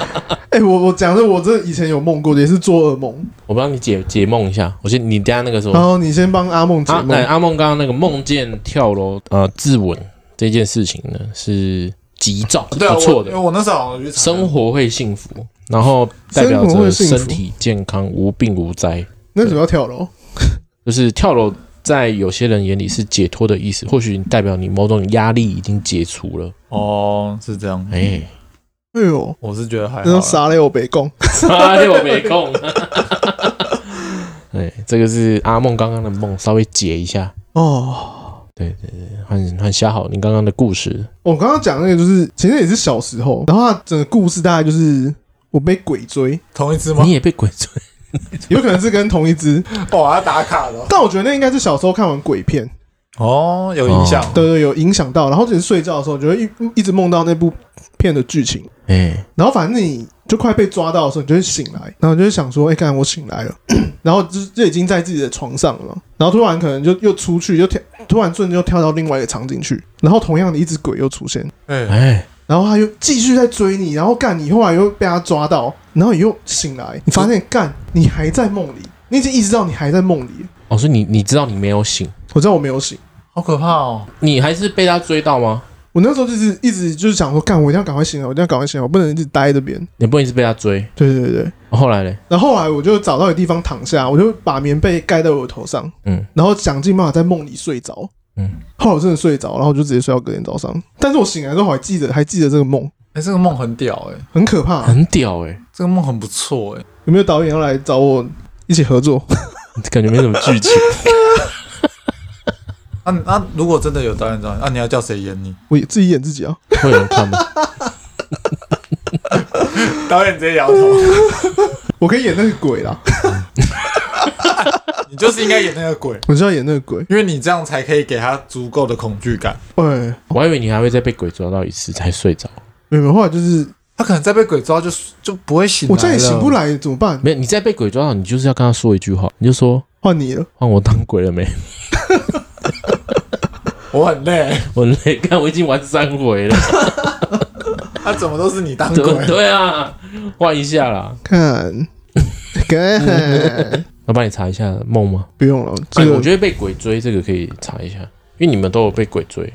Speaker 3: 哎、我我讲的，我这以前有梦过，也是做噩梦。
Speaker 1: 我帮你解解梦一下，我觉得你等一下那个时候
Speaker 3: 然，后你先帮阿梦解
Speaker 1: 阿
Speaker 3: 梦，
Speaker 1: 哎阿梦刚刚那个梦见跳楼呃自刎这件事情呢是急躁，
Speaker 2: 对 啊，
Speaker 1: 不错
Speaker 2: 我因
Speaker 1: 的
Speaker 2: 为，我那时候好像去查
Speaker 1: 生活会幸福，然后代表
Speaker 3: 生活
Speaker 1: 着
Speaker 3: 会幸福
Speaker 1: 身体健康无病无灾，
Speaker 3: 那为什么要跳楼？
Speaker 1: 就是跳楼。在有些人眼里是解脱的意思，或许代表你某种压力已经解除了。
Speaker 2: 哦，是这样。
Speaker 1: 哎、
Speaker 3: 哎呦，
Speaker 2: 我是觉得还好
Speaker 3: 那种
Speaker 2: 啦。
Speaker 3: 傻了我北宫，
Speaker 1: 啊，又没空。对，哎这个是阿梦刚刚的梦，稍微解一下。
Speaker 3: 哦。
Speaker 1: 换换虾好，你刚刚的故事，
Speaker 3: 我刚刚讲那个就是，其实也是小时候，然后他整个故事大概就是我被鬼 追，
Speaker 2: 同一只吗
Speaker 1: 你？也被鬼追，
Speaker 3: 有可能是跟同一只，
Speaker 2: 哦，要打卡了。
Speaker 3: 但我觉得那应该是小时候看完鬼片，
Speaker 2: 哦，有影响。
Speaker 3: 对对，有影响到，然后只是睡觉的时候就会一一直梦到那部片的剧情，
Speaker 1: 哎、
Speaker 3: 然后反正你就快被抓到的时候，你就会醒来，然后你就会想说，哎、看我醒来了， 然后就就已经在自己的床上了嘛，然后突然可能就又出去，又跳，突然瞬间又跳到另外一个场景去，然后同样的一只鬼又出现，
Speaker 2: 哎，
Speaker 1: 哎、
Speaker 3: 然后他又继续在追你，然后干你，后来又被他抓到，然后你又醒来，你发现干你还在梦里，你已经意识到你还在梦里，
Speaker 1: 哦，所以你你知道你没有醒，
Speaker 3: 我知道我没有醒，
Speaker 2: 好可怕哦！
Speaker 1: 你还是被他追到吗？
Speaker 3: 我那时候就是一直就是想说，干，我一定要赶快醒来，我一定要赶快醒来，我不能一直待在这边。
Speaker 1: 你不能一直被他追。哦
Speaker 3: 对对对对。
Speaker 1: 后来嘞，
Speaker 3: 然后后来我就找到一个地方躺下，我就把棉被盖在我的头上，
Speaker 1: 嗯
Speaker 3: 然后想尽办法在梦里睡着。
Speaker 1: 嗯，
Speaker 3: 后来我真的睡着，然后我就直接睡到隔天早上。但是我醒来之后还记得，还记得这个梦，
Speaker 2: 哎、这个梦很屌哎、
Speaker 3: 很可怕、
Speaker 1: 很屌哎、
Speaker 2: 这个梦很不错哎、
Speaker 3: 有没有导演要来找我一起合作？
Speaker 1: 感觉没什么剧情。
Speaker 2: 那、那、啊如果真的有导演找你，那、啊你要叫谁演你？
Speaker 3: 我自己演自己啊。
Speaker 1: 会有人看吗？
Speaker 2: 导演直接摇头，
Speaker 3: 我可以演那个鬼啦，
Speaker 2: 你就是应该演那个鬼，
Speaker 3: 我就要演那个鬼。
Speaker 2: 因为你这样才可以给他足够的恐惧感。
Speaker 3: 哎，
Speaker 1: 我还以为你还会再被鬼抓到一次才睡着。
Speaker 3: 没有，没有后来就是
Speaker 2: 他可能再被鬼抓就就不会醒来
Speaker 3: 我
Speaker 2: 了
Speaker 3: 再也醒不。来怎么办？
Speaker 1: 没有，你再被鬼抓到，你就是要跟他说一句话，你就说
Speaker 3: 换你了，
Speaker 1: 换我当鬼了没？
Speaker 2: 我很累，
Speaker 1: 我累，看我已经玩三回了。
Speaker 2: 他怎么都是你当鬼。
Speaker 1: 对对啊，换一下啦。
Speaker 3: 看，看，
Speaker 1: 我帮你查一下梦吗？
Speaker 3: 不用了，这
Speaker 1: 哎
Speaker 3: 个
Speaker 1: 我觉得被鬼追这个可以查一下，因为你们都有被鬼追。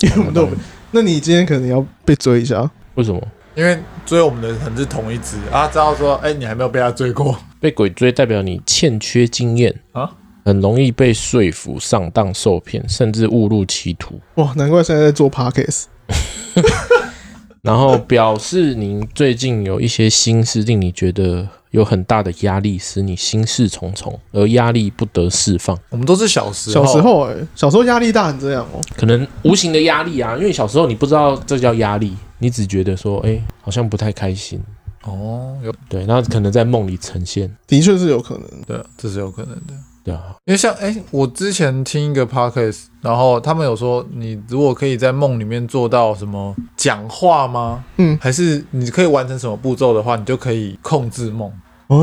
Speaker 3: 因为我们都有被。那你今天可能要被追一下，
Speaker 1: 为什么
Speaker 2: 因为追我们的可能是同一只啊，知道说，哎、你还没有被他追过，
Speaker 1: 被鬼追代表你欠缺经验
Speaker 2: 啊，
Speaker 1: 很容易被说服、上当受骗，甚至误入歧途。
Speaker 3: 哇，难怪现在在做 podcast。
Speaker 1: 然后表示您最近有一些心事令你觉得有很大的压力，使你心事重重，而压力不得释放，
Speaker 2: 我们都是小时
Speaker 3: 小时候哎、小时候压力大成这样哦、
Speaker 1: 可能无形的压力啊，因为小时候你不知道这叫压力，你只觉得说，哎、好像不太开心，
Speaker 2: 哦，有
Speaker 1: 对，那可能在梦里呈现，
Speaker 3: 的确是有可能。
Speaker 2: 对，这是有可能的。
Speaker 1: 对啊，
Speaker 2: 因为像哎、我之前听一个 podcast，然后他们有说，你如果可以在梦里面做到什么讲话吗？
Speaker 3: 嗯
Speaker 2: 还是你可以完成什么步骤的话，你就可以控制梦。
Speaker 3: 哎、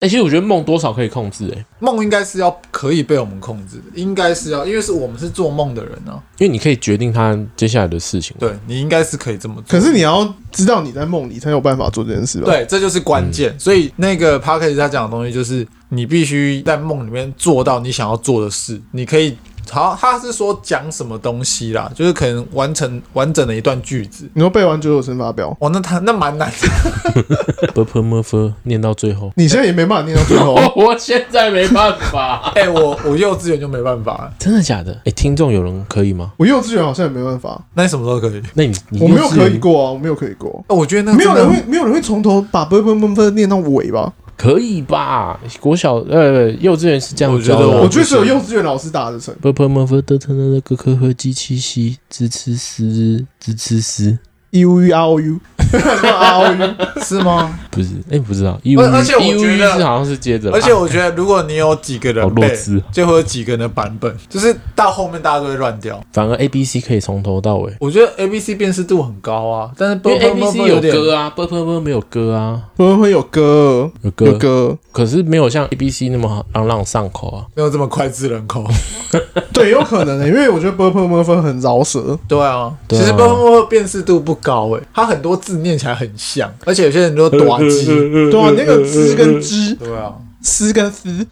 Speaker 1: 哎、其实我觉得梦多少可以控制、哎，
Speaker 2: 梦应该是要可以被我们控制的，应该是要，因为是我们是做梦的人啊。
Speaker 1: 因为你可以决定他接下来的事情。
Speaker 2: 对你应该是可以这么做。
Speaker 3: 可是你要知道你在梦里才有办法做这件事吧？，
Speaker 2: 对，这就是关键。
Speaker 1: 嗯
Speaker 2: 所以那个 p a c k a g e 他讲的东西就是，你必须在梦里面做到你想要做的事。你可以，好，他是说讲什么东西啦，就是可能完成完整的一段句子。
Speaker 3: 你要背完九九乘法表，，
Speaker 2: 哦，那他那蛮难 的。
Speaker 1: 啵啵么啵，念到最后
Speaker 3: 你现在也没办法念到最后。啊
Speaker 1: 我现在没办法，
Speaker 2: 哎、我我幼稚园就没办法了。
Speaker 1: 真的假的？哎、听众有人可以吗？
Speaker 3: 我幼稚园好像也没办法，
Speaker 2: 那你什么时候可以？
Speaker 1: 那你你
Speaker 3: 我没有
Speaker 1: 幼稚园
Speaker 3: 可以过啊，我没有可以过。
Speaker 2: 哦，我觉得那个
Speaker 3: 没有
Speaker 2: 真的
Speaker 3: 人会，没有人会从头把啵啵啵啵念到尾吧？
Speaker 1: 可以吧？国小呃幼稚园是这样
Speaker 2: 我觉得
Speaker 1: 教的啊
Speaker 3: 我
Speaker 2: 我
Speaker 3: 觉得只有幼稚园老师打得成。
Speaker 1: 啵啵么啵的特那个科科鸡七西吱吱吱吱吱吱，
Speaker 3: U U R O U，R O U，
Speaker 2: 是吗？
Speaker 1: 不是哎、不知道一五
Speaker 2: 而且我
Speaker 1: 一五
Speaker 2: 觉
Speaker 1: 一
Speaker 2: 得
Speaker 1: 是好像是接着吧，
Speaker 2: 而且我觉得，如果你有几个
Speaker 1: 好
Speaker 2: 人
Speaker 1: 弱
Speaker 2: 背，
Speaker 1: 智，
Speaker 2: 就会有几个人的版本，就是到后面大家都会乱掉。
Speaker 1: 反而 A B C 可以从头到尾，
Speaker 2: 我觉得 A B C 辨识度很高啊，但是
Speaker 1: 因为 A B C 有
Speaker 2: 点
Speaker 1: 歌啊，啵啵啵没有歌啊，
Speaker 3: 会不会有歌？
Speaker 1: 有歌
Speaker 3: 有歌，
Speaker 1: 可是没有像 A B C 那么好朗朗上口啊。
Speaker 2: 没有这么脍炙人口。
Speaker 3: 对，有可能欸的、因为我觉得啵啵啵啵很饶舌。
Speaker 2: 对啊，
Speaker 1: 对啊
Speaker 2: 其实 b u m 辨识度不高诶、它很多字念起来很像，而且有些人 都短机。
Speaker 3: 对啊，那个之跟之，
Speaker 2: 对啊，
Speaker 3: 思跟思，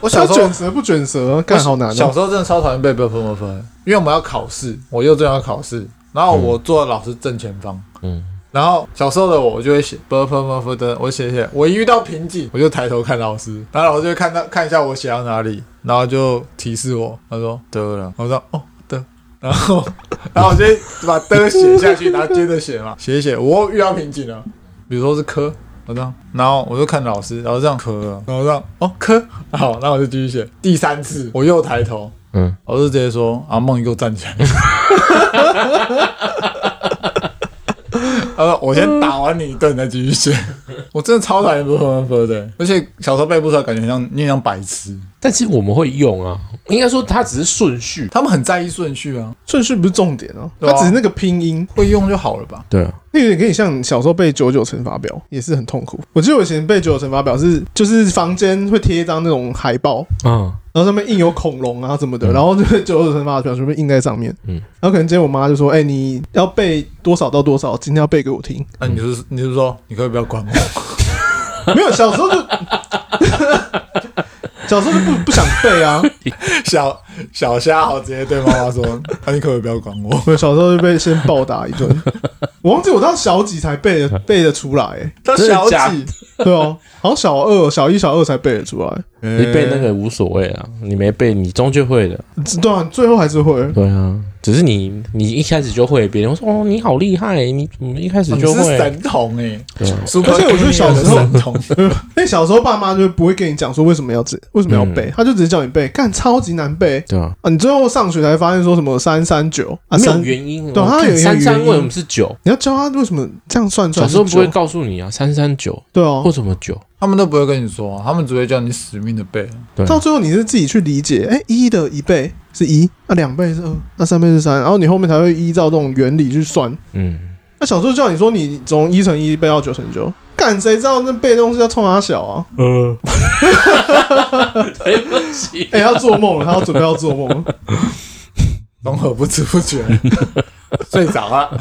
Speaker 2: 我小
Speaker 3: 要
Speaker 2: 时候
Speaker 3: 卷舌不卷舌，干好难
Speaker 2: 小
Speaker 3: 哦。
Speaker 2: 时候真的超讨厌背 b u m 因为我们要考试，我幼稚园要考试，然后
Speaker 3: 嗯
Speaker 2: 我坐老师正前方，
Speaker 1: 嗯
Speaker 2: 嗯。然后小时候的我就会写 b u m b 的，我写写，我一遇到瓶颈我就抬头看老师，然后老师就会看到看一下我写到哪里，然后就提示我，他说得了，我说哦得，然后 然后我就把的写下去，然后接着写嘛，写一写，我遇到瓶颈了，比如说是科，我这样，然后我就看老师，然后这样科了，然后这样哦科， 好，然后我就继续写，第三次我又抬头，
Speaker 1: 嗯，
Speaker 2: 老师直接说啊梦你给我站起来， 他说我先打完你一顿再继续写，我真的超讨厌不分分的，而且小时候背不出来，感觉很像你很像白痴，
Speaker 1: 但是我们会用啊，应该说它只是顺序。
Speaker 2: 他们很在意顺序啊，
Speaker 3: 顺序不是重点哦、
Speaker 2: 对啊
Speaker 3: 它只是那个拼音，
Speaker 2: 会用就好了吧。
Speaker 1: 对啊，
Speaker 3: 那有点可以像小时候背九九乘法表，也是很痛苦。我记得我以前背九九乘法表是，就是房间会贴一张那种海报，
Speaker 1: 啊，
Speaker 3: 然后上面印有恐龙啊什么的，
Speaker 1: 嗯
Speaker 3: 然后就是九九乘法表全部印在上面。
Speaker 1: 嗯
Speaker 3: 嗯，然后可能今天我妈就说：“哎、你要背多少到多少，今天要背给我听。
Speaker 2: 那、你就是你就是说，你可不可以不要管我？”
Speaker 3: 没有，小时候就 小时候就不不想背 啊，
Speaker 2: 小小虾好直接对妈妈说：“啊，你可不可以不要管我
Speaker 3: 我小时候就被先暴打一顿。我忘记我到小几才背 得背得出来、欸？”，
Speaker 2: 他
Speaker 1: 真的
Speaker 2: 小
Speaker 1: 假
Speaker 2: 几？
Speaker 3: 对哦，好像小二、小一、小二才背得出来。
Speaker 1: 你背那个无所谓啊，你没背，你终究会的。
Speaker 3: 对啊，最后还是会。
Speaker 1: 对啊，只是你你一开始就会，别人会说哦你好厉害，你怎么一开始
Speaker 2: 你
Speaker 1: 就是
Speaker 3: 哦
Speaker 1: 会？
Speaker 2: 神童哎、
Speaker 1: 对啊
Speaker 2: Super
Speaker 3: 而且我觉得小时候
Speaker 2: Junior 的神童，
Speaker 3: 那小时候爸妈就不会跟你讲说为什么要这，为什么要
Speaker 1: 嗯
Speaker 3: 背，他就直接叫你背，干超级难背
Speaker 1: 对啊，
Speaker 3: 啊！你最后上学才发现说什么三三九啊
Speaker 1: 没有
Speaker 3: 三，
Speaker 1: 原因。
Speaker 3: 对
Speaker 1: 我
Speaker 3: 它有
Speaker 1: 看
Speaker 3: 一个
Speaker 1: 三三
Speaker 3: 原因
Speaker 1: 为什么是九？
Speaker 3: 你要教他为什么这样算出来
Speaker 1: 小
Speaker 3: 是
Speaker 1: 时候不会
Speaker 3: 九
Speaker 1: 告诉你啊，三三九
Speaker 3: 对哦
Speaker 1: 或，什么九？
Speaker 2: 他们都不会跟你说、他们只会叫你死命的背。
Speaker 1: 对啊，
Speaker 3: 到最后你是自己去理解，哎、一的一倍是一，那两倍是二，那三倍是三，然后你后面才会依照这种原理去算。
Speaker 1: 嗯，
Speaker 3: 那小时候叫你说你从一乘一背到九乘九，干谁知道那背东西要冲他小啊？
Speaker 1: 呃，对不起，
Speaker 3: 哎、要做梦了，他要准备要做梦了。
Speaker 2: 融合不知不觉 睡着了。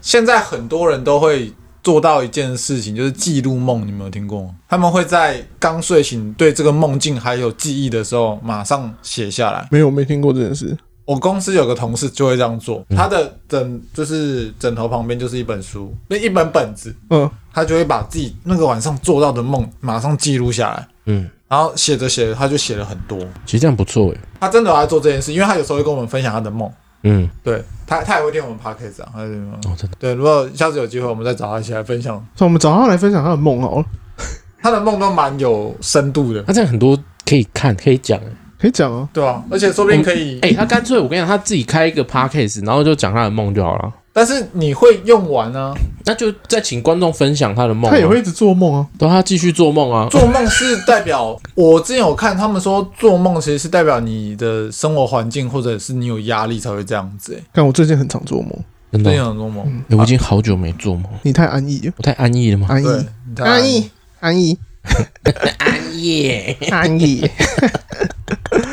Speaker 2: 现在很多人都会做到一件事情，就是记录梦。你们有听过吗？他们会在刚睡醒对这个梦境还有记忆的时候，马上写下来。
Speaker 3: 没有，没听过这件事。
Speaker 2: 我公司有个同事就会这样做，
Speaker 1: 嗯
Speaker 2: 他的枕就是枕头旁边就是一本书，那一本本子，
Speaker 3: 嗯，
Speaker 2: 他就会把自己那个晚上做到的梦马上记录下来，
Speaker 1: 嗯，
Speaker 2: 然后写着写着他就写了很多。
Speaker 1: 其实这样不错欸诶，
Speaker 2: 他真的有在做这件事，因为他有时候会跟我们分享他的梦。
Speaker 1: 嗯，
Speaker 2: 对他，他也会听我们 podcast 啊，他也会听我们
Speaker 1: 哦，真的，
Speaker 2: 对，如果下次有机会，我们再找他一起来分享。
Speaker 3: 那我们找他来分享他的梦好了，
Speaker 2: 他的梦都蛮有深度的，
Speaker 1: 那这样很多可以看，可以讲诶。
Speaker 3: 可以讲啊。
Speaker 2: 对啊，而且说不定可以，
Speaker 1: 哎、他干脆我跟你讲，他自己开一个 podcast，然后就讲他的梦就好了。
Speaker 2: 但是你会用完啊。
Speaker 1: 那就再请观众分享他的梦、啊，
Speaker 3: 他也会一直做梦啊。
Speaker 1: 对他继续做梦啊。
Speaker 2: 做梦是代表，我之前有看他们说，做梦其实是代表你的生活环境或者是你有压力才会这样子、欸。
Speaker 3: 但我最近很常做梦，
Speaker 1: 真的
Speaker 2: 真
Speaker 3: 啊
Speaker 1: 哦、
Speaker 2: 想做梦，
Speaker 1: 欸我已经好久没做梦，
Speaker 3: 你太安逸了，
Speaker 1: 我太安逸了吗？
Speaker 3: 安
Speaker 2: 对
Speaker 3: 逸，，
Speaker 2: 你看
Speaker 3: 安逸，安逸，
Speaker 1: 安 逸，
Speaker 3: 安 逸。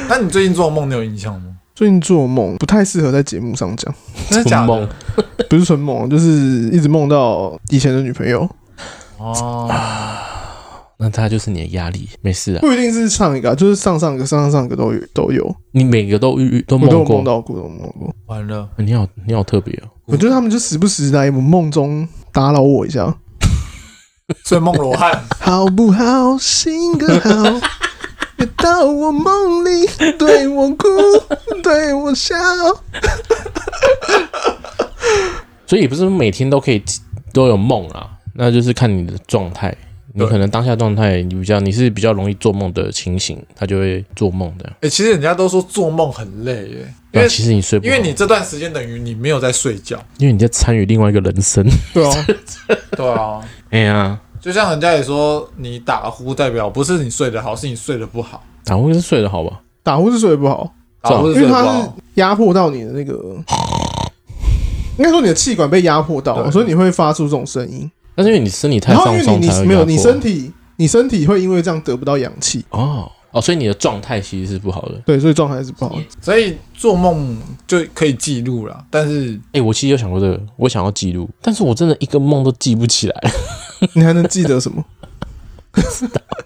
Speaker 2: 那你最近做梦，你有印象吗？
Speaker 3: 最近做梦不太适合在节目上讲，
Speaker 2: 真的假
Speaker 1: 梦
Speaker 2: 的？
Speaker 3: 不是纯梦，啊就是一直梦到以前的女朋友，
Speaker 2: 哦，
Speaker 1: 那他就是你的压力，没事啊。
Speaker 3: 不一定是上一个啊，就是上上个、上上上个都有都有，
Speaker 1: 你每个都遇都
Speaker 3: 我都有
Speaker 1: 梦过
Speaker 3: 梦，到过，都有梦过。
Speaker 2: 完了，
Speaker 1: 你好你好特别哦。
Speaker 3: 我觉得他们就时不时来我梦中打扰我一下，
Speaker 2: 所以梦罗 汉，
Speaker 3: 好不好？性格好。 别到我梦里对我哭，对我笑。
Speaker 1: 所以也不是每天都可以都有梦啊，那就是看你的状态。你
Speaker 2: 对
Speaker 1: 可能当下状态，你比较你是比较容易做梦的情形，他就会做梦的。
Speaker 2: 哎、其实人家都说做梦很累、耶，因
Speaker 1: 那
Speaker 2: 为
Speaker 1: 其实你睡不
Speaker 2: 因
Speaker 1: 好，
Speaker 2: 为你这段时间等于你没有在睡觉，
Speaker 1: 因为你在参与另外一个人生。
Speaker 3: 对啊，
Speaker 2: 对啊，
Speaker 1: 哎呀，
Speaker 2: 就像人家也说，你打呼代表不是你睡得好，是你睡得不好。
Speaker 1: 打啊呼是睡得好吧？
Speaker 3: 打呼是睡不好，
Speaker 1: 啊
Speaker 2: 打呼是
Speaker 3: 因
Speaker 2: 睡
Speaker 3: 为
Speaker 2: 得不
Speaker 3: 它是
Speaker 1: 哦
Speaker 2: 好，
Speaker 3: 压迫到你的那个，应该说你的气管被压迫到了，
Speaker 2: 对
Speaker 3: 所以你会发出这种声音。
Speaker 1: 但是因为你身体太
Speaker 3: 然后
Speaker 1: 放
Speaker 3: 因为
Speaker 1: 松
Speaker 3: 你
Speaker 1: 才
Speaker 3: 你
Speaker 1: 会
Speaker 3: 没有
Speaker 1: 压迫
Speaker 3: 你身体，你身体会因为这样得不到氧气，
Speaker 1: 哦哦，所以你的状态其实是不好的。
Speaker 3: 对，所以状态是不
Speaker 1: 嗯
Speaker 3: 好的。
Speaker 2: 所以做梦就可以记录啦。但是
Speaker 1: 哎、我其实有想过这个，我想要记录，但是我真的一个梦都记不起来。
Speaker 3: 你还能记得什么？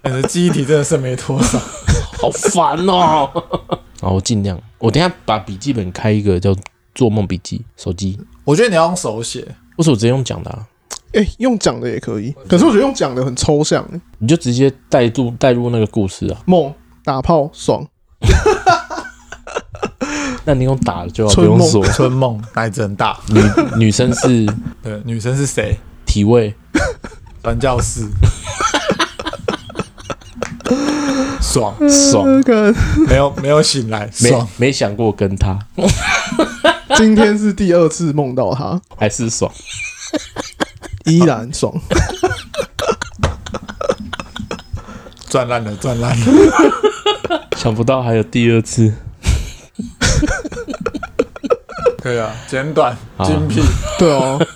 Speaker 2: 你的记忆体真的是没多 少。
Speaker 1: 好烦哦、 好，我尽量，我等一下把笔记本开一个叫“做梦笔记”手机，
Speaker 2: 我觉得你要用手写，
Speaker 1: 或是我直接用讲的、啊，
Speaker 3: 哎、用讲的也可以，可是我觉得用讲的很抽象、欸。
Speaker 1: 你就直接带入带入那个故事啊。
Speaker 3: 梦打炮爽，
Speaker 1: 那你用打的就好不
Speaker 3: 春
Speaker 1: 用
Speaker 3: 梦
Speaker 1: 说，
Speaker 2: 春梦奶子很大。
Speaker 1: 女女生是
Speaker 2: 对，女生是谁？
Speaker 1: 体位，
Speaker 2: 传教士。 爽，
Speaker 1: 爽
Speaker 3: 那 个
Speaker 2: 没有没有醒来，
Speaker 1: 没
Speaker 2: 爽。
Speaker 1: 没想过跟他，
Speaker 3: 今天是第二次梦到他，
Speaker 1: 还是爽。
Speaker 3: 依然 爽。
Speaker 2: 赚烂了，赚烂 了。
Speaker 1: 想不到还有第二次，
Speaker 2: 可以啊，简短
Speaker 1: 好
Speaker 2: 精辟。
Speaker 3: 对哦，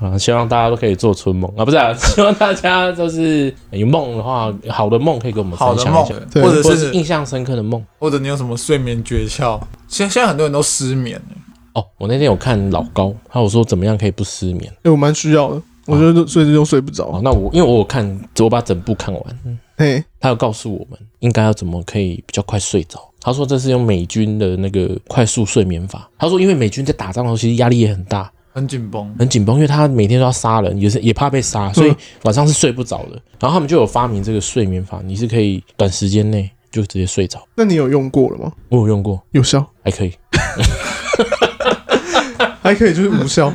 Speaker 1: 啊，希望大家都可以做春梦啊，不是、 啊，希望大家就是有梦的话，好的梦可以跟我们
Speaker 2: 好
Speaker 1: 分
Speaker 2: 的
Speaker 1: 享
Speaker 2: 梦
Speaker 1: 一下，，
Speaker 3: 对
Speaker 2: 或者
Speaker 1: 或者是
Speaker 2: 是
Speaker 1: 印象深刻的梦。
Speaker 2: 或者你有什么睡眠诀窍？现现在很多人都失眠、欸
Speaker 1: 哦，我那天有看老高，他有说怎么样可以不失眠，
Speaker 3: 哎、我蛮需要的。我觉得睡着就睡不
Speaker 1: 哦，
Speaker 3: 着。
Speaker 1: 那我因为我有看，我把整部看完，
Speaker 3: 嘿，
Speaker 1: 他有告诉我们应该要怎么可以比较快睡着。他说这是用美军的那个快速睡眠法。他说因为美军在打仗的时候其实压力也很大，
Speaker 2: 很紧绷。
Speaker 1: 很紧绷，因为他每天都要杀人，也是也怕被杀，所以
Speaker 3: 嗯
Speaker 1: 晚上是睡不着的。然后他们就有发明这个睡眠法，你是可以短时间内就直接睡着。
Speaker 3: 那你有用过了吗？
Speaker 1: 我有用过，
Speaker 3: 有效，
Speaker 1: 还可以。
Speaker 3: 还可以，就是无效。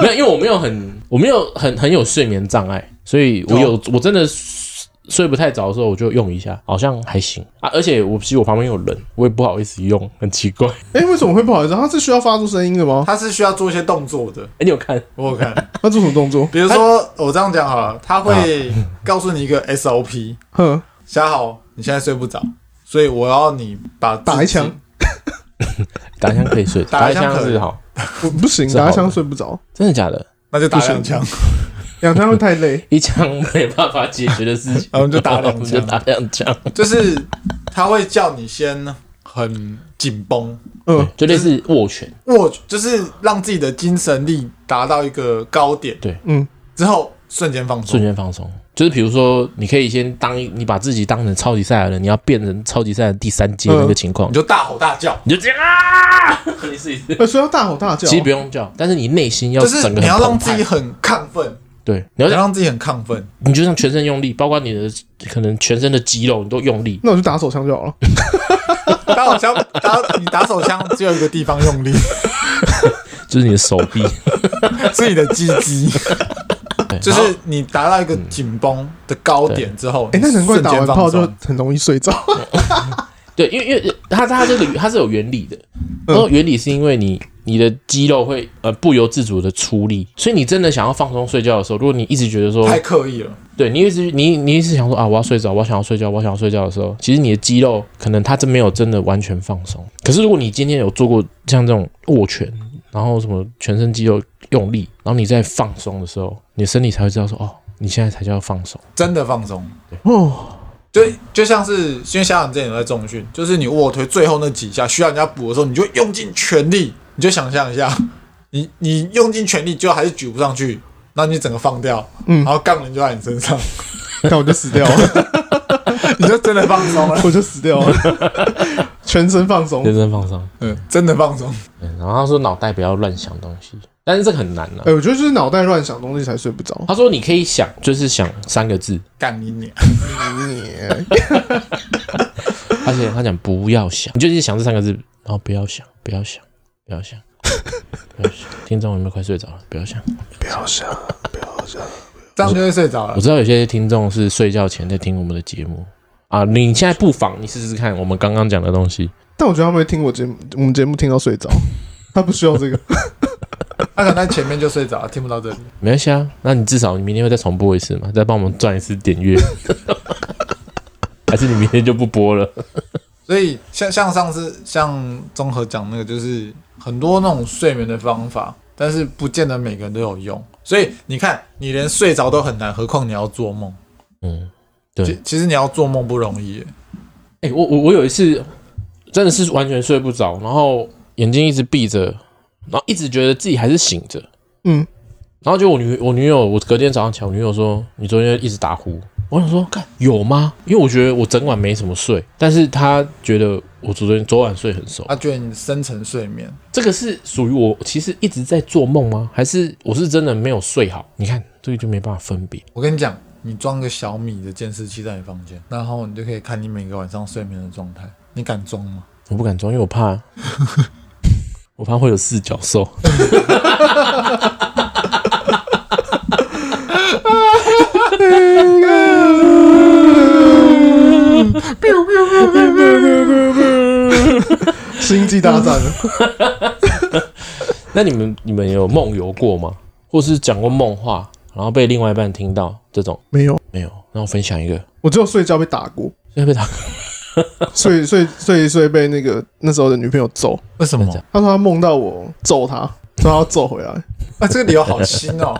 Speaker 1: 没有，因为我没有很我没有很很有睡眠障碍，所以我
Speaker 2: 哦
Speaker 1: 有、我真的睡睡不太着的时候，我就用一下，好像还行啊。而且我其实我旁边有人，我也不好意思用，很奇怪。
Speaker 3: 哎、为什么会不好意思？他是需要发出声音的吗？
Speaker 2: 他是需要做一些动作的，
Speaker 1: 哎、你有看？
Speaker 2: 我有 看，
Speaker 3: 他做什么动作？
Speaker 2: 比如说我这样讲好了，他会告诉你一个 SOP，
Speaker 3: 哼，
Speaker 2: 小好，你现在睡不着，所以我要你把自己
Speaker 3: 打一枪，
Speaker 1: 打一枪可以睡，
Speaker 2: 打
Speaker 1: 打
Speaker 2: 一
Speaker 1: 一
Speaker 2: 枪
Speaker 1: 枪
Speaker 2: 可以
Speaker 1: 是好，
Speaker 3: 不不行，
Speaker 1: 是好
Speaker 3: 打
Speaker 1: 的
Speaker 3: 一枪睡不着，
Speaker 1: 真的假的？
Speaker 2: 那就打
Speaker 3: 不行
Speaker 2: 两枪，，
Speaker 3: 两枪会太 累。
Speaker 1: 一枪没办法解决的事情
Speaker 2: 然后 就打
Speaker 1: 我
Speaker 2: 两
Speaker 1: 们就
Speaker 2: 枪，
Speaker 1: 打两枪，
Speaker 2: 就是他会叫你先很紧绷，
Speaker 3: 嗯，
Speaker 1: 就类似握拳。
Speaker 2: 握，就是让自己的精神力达到一个高点，
Speaker 1: 对，
Speaker 3: 嗯，
Speaker 2: 之后瞬间放
Speaker 1: 瞬
Speaker 2: 松，
Speaker 1: 间放松。就是比如说，你可以先当一，你把自己当成超级赛亚人，你要变成超级赛亚人第三阶那个情况，
Speaker 2: 你就大吼大叫，
Speaker 1: 你就这样 啊，你试一试。
Speaker 3: 呃，所以要大吼大叫。
Speaker 1: 其实不用叫，但是你内心要
Speaker 2: 就是
Speaker 1: 整个
Speaker 2: 你
Speaker 1: 很
Speaker 2: 要让
Speaker 1: 澎
Speaker 2: 自
Speaker 1: 湃
Speaker 2: 己，很亢奋，
Speaker 1: 对，你
Speaker 2: 你
Speaker 1: 要
Speaker 2: 要
Speaker 1: 让
Speaker 2: 让自己很亢奋，
Speaker 1: 你就像全身用力，包括你的可能全身的肌肉你都用力，
Speaker 3: 那我就打手枪就好了。
Speaker 2: 打手枪打你打手枪只有一个地方用力，
Speaker 1: 就是你的手臂，
Speaker 2: 是你的鸡鸡。
Speaker 1: 对
Speaker 2: 就是你达到一个紧绷的高点之后，
Speaker 3: 哎、那难怪打完炮
Speaker 2: 瞬间
Speaker 3: 就
Speaker 2: 放松
Speaker 3: 很容易睡着。
Speaker 1: 对，因为因为它它这个它是有原理的，
Speaker 2: 嗯
Speaker 1: 然后原理是因为你你的肌肉会呃不由自主的出力，所以你真的想要放松睡觉的时候，如果你一直觉得说
Speaker 2: 太刻意了，
Speaker 1: 对你一直你你一直想说啊，我要睡着，我想要睡觉，我想要睡觉的时候，其实你的肌肉可能它真没有真的完全放松。可是如果你今天有做过像这种握拳，然后什么全身肌肉用力，然后你在放松的时候，你的身体才会知道说哦，你现在才叫放松。
Speaker 2: 真的放松。
Speaker 3: 哦，
Speaker 2: 就就像是，因为小冉之前有在重训，就是你卧推最后那几下需要人家补的时候，你就用尽全力。你就想象一下，你你用尽全力，就还是举不上去，那你整个放掉，
Speaker 3: 嗯
Speaker 2: 然后杠铃就在你身上，
Speaker 3: 那我就死掉了，
Speaker 2: 你就真的放松了，
Speaker 3: 我就死掉了， 全身放松。
Speaker 1: 认真放松。
Speaker 2: 嗯，真的放松。
Speaker 1: 嗯，然后他说脑袋不要乱想东西，但是这个很难啊
Speaker 3: 哎、。我觉得就是脑袋乱想东西才睡不着。
Speaker 1: 他说你可以想，就是想三个字，
Speaker 2: 干你娘！
Speaker 1: 而且他讲不要想，你就是想这三个字，然后不要想，不要想，不要想，不要想。听众有没有快睡着了？不要想。
Speaker 3: 不要想，
Speaker 2: 这样就会睡着了
Speaker 1: 我。知道有些听众是睡觉前在听我们的节目啊，你现在不妨你试试看我们刚刚讲的东西，
Speaker 3: 但我觉得他们会听我节目，我们节目听到睡着，他不需要这个。
Speaker 2: 他可能在前面就睡着了，听不到这里。
Speaker 1: 没关系啊。那你至少你明天会再重播一次嘛，再帮我们赚一次点阅， 还是你明天就不播了？
Speaker 2: 所以像像上次像综合讲那个，就是很多那种睡眠的方法，但是不见得每个人都有用。所以你看，你连睡着都很难，何况你要做梦。
Speaker 1: 嗯，
Speaker 2: 其
Speaker 1: 对。
Speaker 2: 其实你要做梦不容易耶，
Speaker 1: 哎、我我我有一次真的是完全睡不着，然后眼睛一直闭着，然后一直觉得自己还是醒着，
Speaker 3: 嗯，
Speaker 1: 然后就我女我女友，我隔天早上起来，我女友说你昨天一直打呼。我想说，看有吗？因为我觉得我整晚没怎么睡，但是她觉得我昨天昨晚睡很熟。
Speaker 2: 他觉得你深层睡眠，
Speaker 1: 这个是属于我其实一直在做梦吗？还是我是真的没有睡好？你看这个就没办法分别。
Speaker 2: 我跟你讲，你装个小米的监视器在你房间，然后你就可以看你每个晚上睡眠的状态。你敢装吗？
Speaker 1: 我不敢装，因为我怕，我怕会有四脚兽。
Speaker 3: 星际大战，
Speaker 1: 那你们你们有梦游过吗？或是讲过梦话，然后被另外一半听到这种
Speaker 3: 没有，
Speaker 1: 没有？那我分享一个，
Speaker 3: 我只有睡觉被打过，
Speaker 1: 要被打
Speaker 3: 睡睡睡一睡被那个那时候的女朋友揍。
Speaker 2: 为什么？
Speaker 3: 她说她梦到我揍她，说她要揍回来。
Speaker 2: 啊，这个理由好新哦！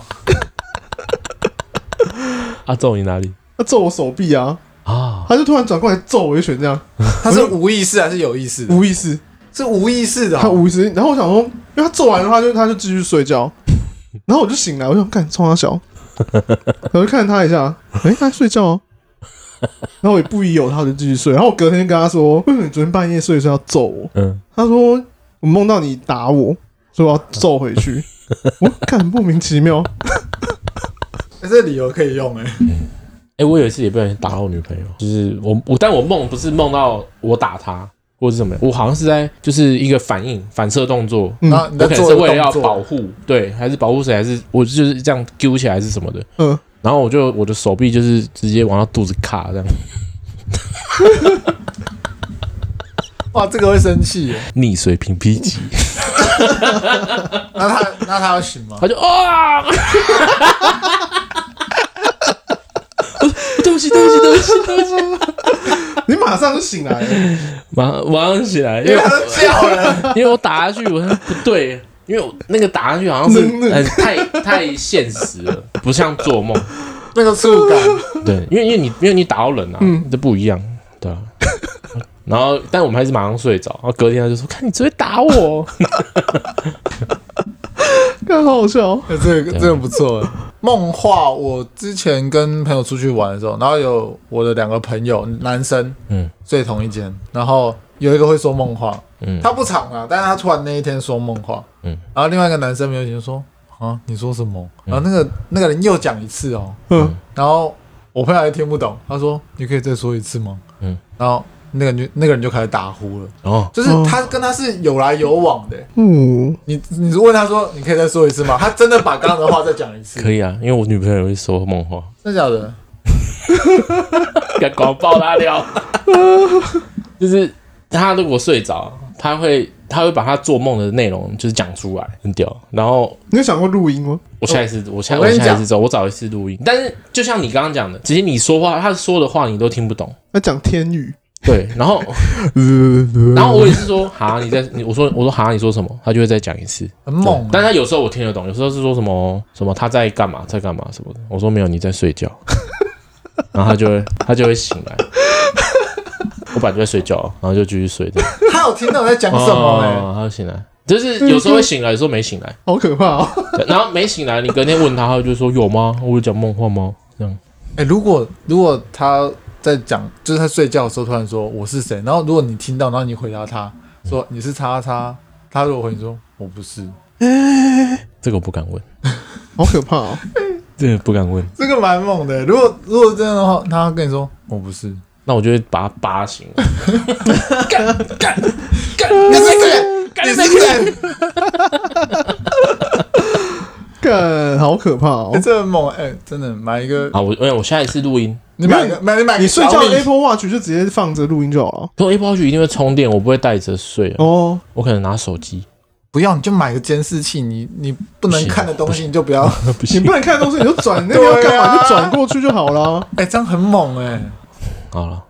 Speaker 1: 啊揍你哪里
Speaker 3: 她揍我手臂啊，
Speaker 1: 啊？
Speaker 3: 她就突然转过来揍我一拳，这样
Speaker 2: 他是无意识还是有意识的？
Speaker 3: 无意识，
Speaker 2: 是无意识的、
Speaker 3: 她
Speaker 2: 哦。
Speaker 3: 无意识。然后我想说，因为她揍完的话，就她就继续睡觉。然后我就醒来，我就想看冲他小，我就看他一下，诶，他在睡觉哦、然后我也不疑有他，我就继续睡。然后我隔天就跟他说，为什么你昨天半夜睡的时候要揍我？
Speaker 1: 嗯，
Speaker 3: 他说我梦到你打我，所以我要揍回去。我看莫名其妙，
Speaker 2: 欸这理由可以用哎、
Speaker 1: 哎、我有一次也不小心打到我女朋友，就是我我，但我梦不是梦到我打她或是怎么样，我好像是在就是一个反应反射动作，
Speaker 3: 嗯
Speaker 2: 然后你
Speaker 1: 我
Speaker 2: 在
Speaker 1: 可能
Speaker 2: 做
Speaker 1: 是
Speaker 2: 的
Speaker 1: 为了要
Speaker 2: 动作
Speaker 1: 保护，对，还是保护谁，还是我就是这样揪起来还是什么的，
Speaker 3: 嗯，
Speaker 1: 然后我就我的手臂就是直接往她肚子卡这样，
Speaker 2: 哇，这个会生气耶。
Speaker 1: 逆水平劈脊，
Speaker 2: 那他那他要醒吗？
Speaker 1: 她就啊，我说对不起对不起对不起对不起，
Speaker 3: 你马上就醒来了，
Speaker 1: 马上马上起来，因
Speaker 2: 因
Speaker 1: 为
Speaker 2: 为他都叫了，
Speaker 1: 因为我打下去，我说不对，因为我那个打下去好像是
Speaker 3: 冷冷
Speaker 1: 很太太现实了，不像做梦。
Speaker 2: 那个触 感，
Speaker 1: 对，因为因为你因为你打到人啊，这不一样，对啊。然后，但我们还是马上睡着。然后隔天他就说：“看你只会打我。
Speaker 3: 看好好笑。
Speaker 2: 欸这个这个不错欸。梦话，我之前跟朋友出去玩的时候，然后有我的两个朋友，男生，
Speaker 1: 嗯，
Speaker 2: 睡同一间，然后有一个会说梦话，
Speaker 1: 嗯
Speaker 2: 他不长啊，但是他突然那一天说梦话，
Speaker 1: 嗯，
Speaker 2: 然后另外一个男生没有就说啊，你说什么？然后那个那个人又讲一次哦，
Speaker 3: 嗯，
Speaker 2: 然后我朋友还听不懂，他说你可以再说一次吗？
Speaker 1: 嗯，
Speaker 2: 然后那个人就那个人就开始打呼了，”
Speaker 1: 然后
Speaker 2: 就是
Speaker 3: 哦
Speaker 2: 他跟他是有来有往的欸、
Speaker 3: 嗯，
Speaker 2: 你你是问他说你可以再说一次吗？他真的把刚刚的话再讲一次，
Speaker 1: 可以啊，因为我女朋友也会说梦话，
Speaker 2: 真的假 的？
Speaker 1: 敢广爆他了。 就是他如果睡着，他会他会把他做梦的内容就是讲出来，很屌。然后
Speaker 3: 你有想过录音吗？
Speaker 1: 我下一次，我下
Speaker 2: 哦我跟你
Speaker 1: 下一
Speaker 2: 讲
Speaker 1: 次走，我找一次录音。但是就像你刚刚讲的，其实你说话，他说的话你都听不懂。
Speaker 3: 他讲天语，
Speaker 1: 对，然 后然后我也是说哈，你在你我说我说哈，你说什么？他就会再讲一次。
Speaker 2: 很猛、
Speaker 1: 但他有时候我听得懂，有时候是说什么什么他在干嘛在干嘛什么的。我说没有，你在睡 觉。然后他就会他就会醒来。我本来就在睡觉，啊然后就继续睡 的。
Speaker 2: 他有听到我在讲什么哎、
Speaker 1: 哦他就醒来，就是有时候会醒来，有时候没醒来。
Speaker 3: 好可怕 哦！
Speaker 1: 对然后没醒来，你隔天问他，他就说有吗？我有讲梦话吗？这样。
Speaker 2: 哎、如果如果他在讲，就是他睡觉的时候突然说我是谁，然后如果你听到，然后你回答他说你是叉叉，他如果回你说我不是，
Speaker 1: 这个我不敢问，
Speaker 3: 好可怕哦！
Speaker 1: 这个不敢问。
Speaker 2: 这个蛮猛的、欸如果如果这样的话，他跟你说我不是，
Speaker 1: 那我就会把他扒醒了。
Speaker 2: 你是谁？你是谁？
Speaker 3: 干，好可怕哦
Speaker 2: 哎！这很猛哎、真的买一个，
Speaker 1: 啊，我哎，我下一次录音，
Speaker 2: 你买个买你买个
Speaker 3: 你睡觉
Speaker 2: 小米
Speaker 3: Apple Watch 就直接放着录音就好了。
Speaker 1: 我 Apple Watch 一定会充电，我不会带着睡啊，
Speaker 3: 哦，
Speaker 1: 我可能拿手机。
Speaker 2: 不要，你就买个监视器，你你不
Speaker 1: 不
Speaker 2: 能
Speaker 1: 行
Speaker 2: 看的东西你就不要。
Speaker 1: 不
Speaker 3: 你
Speaker 1: 行
Speaker 3: 不，能看东西，你就 转那个要干嘛
Speaker 2: 对
Speaker 3: 就
Speaker 2: 啊
Speaker 3: 转过去就好了。
Speaker 2: 哎、这样很猛哎、
Speaker 1: 好了，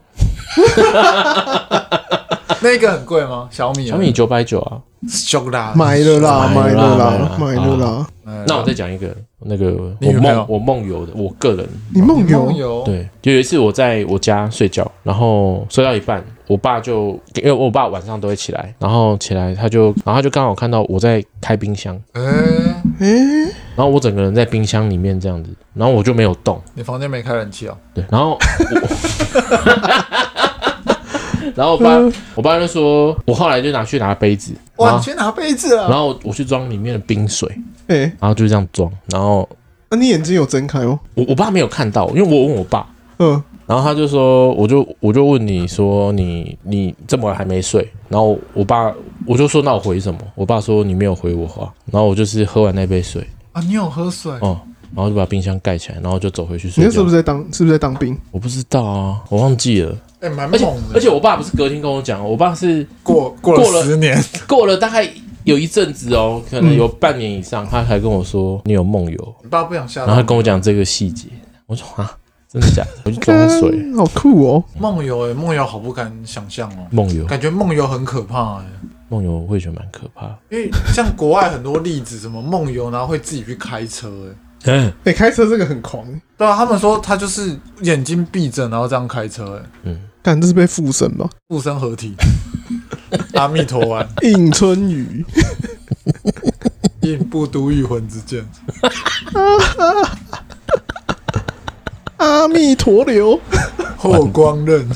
Speaker 2: 那个很贵吗？小米啊
Speaker 1: 小米九百九啊。
Speaker 2: 修啦，
Speaker 3: 买了啦，
Speaker 1: 买
Speaker 3: 买
Speaker 1: 了
Speaker 3: 了
Speaker 1: 啦
Speaker 3: 啦，啊买了啦！
Speaker 2: 哎
Speaker 1: 那我再讲一个，那个
Speaker 2: 你
Speaker 1: 我
Speaker 2: 女朋友
Speaker 1: 梦我梦游的，我个人
Speaker 3: 你梦
Speaker 2: 梦
Speaker 3: 游，
Speaker 2: 游，
Speaker 1: 对，就有一次我在我家睡觉，然后睡到一半，我爸就因为我爸晚上都会起来，然后起来他就，然后他就刚好看到我在开冰箱，
Speaker 2: 哎、
Speaker 3: 诶，
Speaker 1: 然后我整个人在冰箱里面这样子，然后我就没有动。
Speaker 2: 你房间没开冷气哦？
Speaker 1: 对，然后我， 然后我爸，我爸就说，我后来就拿去拿杯子，然
Speaker 2: 哇，你
Speaker 1: 后
Speaker 2: 去拿被子
Speaker 1: 然
Speaker 2: 啊！
Speaker 1: 后我去装里面的冰水，
Speaker 3: 诶，
Speaker 1: 然后就这样装，然后
Speaker 3: 那你眼睛有睁开哦？
Speaker 1: 我我爸没有看到，因为我问我爸，
Speaker 3: 嗯，
Speaker 1: 然后他就说，我就我就问你说你你这么晚还没睡，然后我爸我就说那我回什么？我爸说你没有回我话，然后我就是喝完那杯水，
Speaker 2: 啊，你有喝水？
Speaker 1: 哦、然后就把冰箱盖起来，然后就走回去
Speaker 3: 你
Speaker 1: 睡
Speaker 3: 那是
Speaker 1: 觉
Speaker 3: 不。是在当是不是在当兵？
Speaker 1: 我不知道啊，我忘记了，
Speaker 2: 哎、蛮
Speaker 1: 而且
Speaker 2: 猛的。
Speaker 1: 而且我爸不是隔天跟我讲哦，我爸是
Speaker 2: 过过
Speaker 1: 过了
Speaker 2: 了十年，
Speaker 1: 过了大概有一阵子哦，可能有半年以上，他还跟我说你有梦游，
Speaker 2: 你爸不想下
Speaker 1: 然后他
Speaker 2: 到
Speaker 1: 跟我讲这个细节，我说啊，真的假的？我去装水
Speaker 3: 干好酷哦！
Speaker 2: 梦游哎，梦游好不敢想象哦，
Speaker 1: 梦游，
Speaker 2: 感觉梦游很可怕哎、
Speaker 1: 梦游我会觉得蛮可怕的。
Speaker 2: 因为像国外很多例子，什么梦游然后会自己去开车哎、
Speaker 1: 嗯，
Speaker 3: 诶，开车这个很狂，
Speaker 2: 对啊，他们说他就是眼睛闭着，然后这样开车、哎，
Speaker 3: 干这是被附身 吧？
Speaker 2: 附身 合体，阿弥陀丸，
Speaker 3: 咏春雨，
Speaker 2: 应不都御魂之剑。
Speaker 3: 阿弥陀流，
Speaker 2: 后光刃，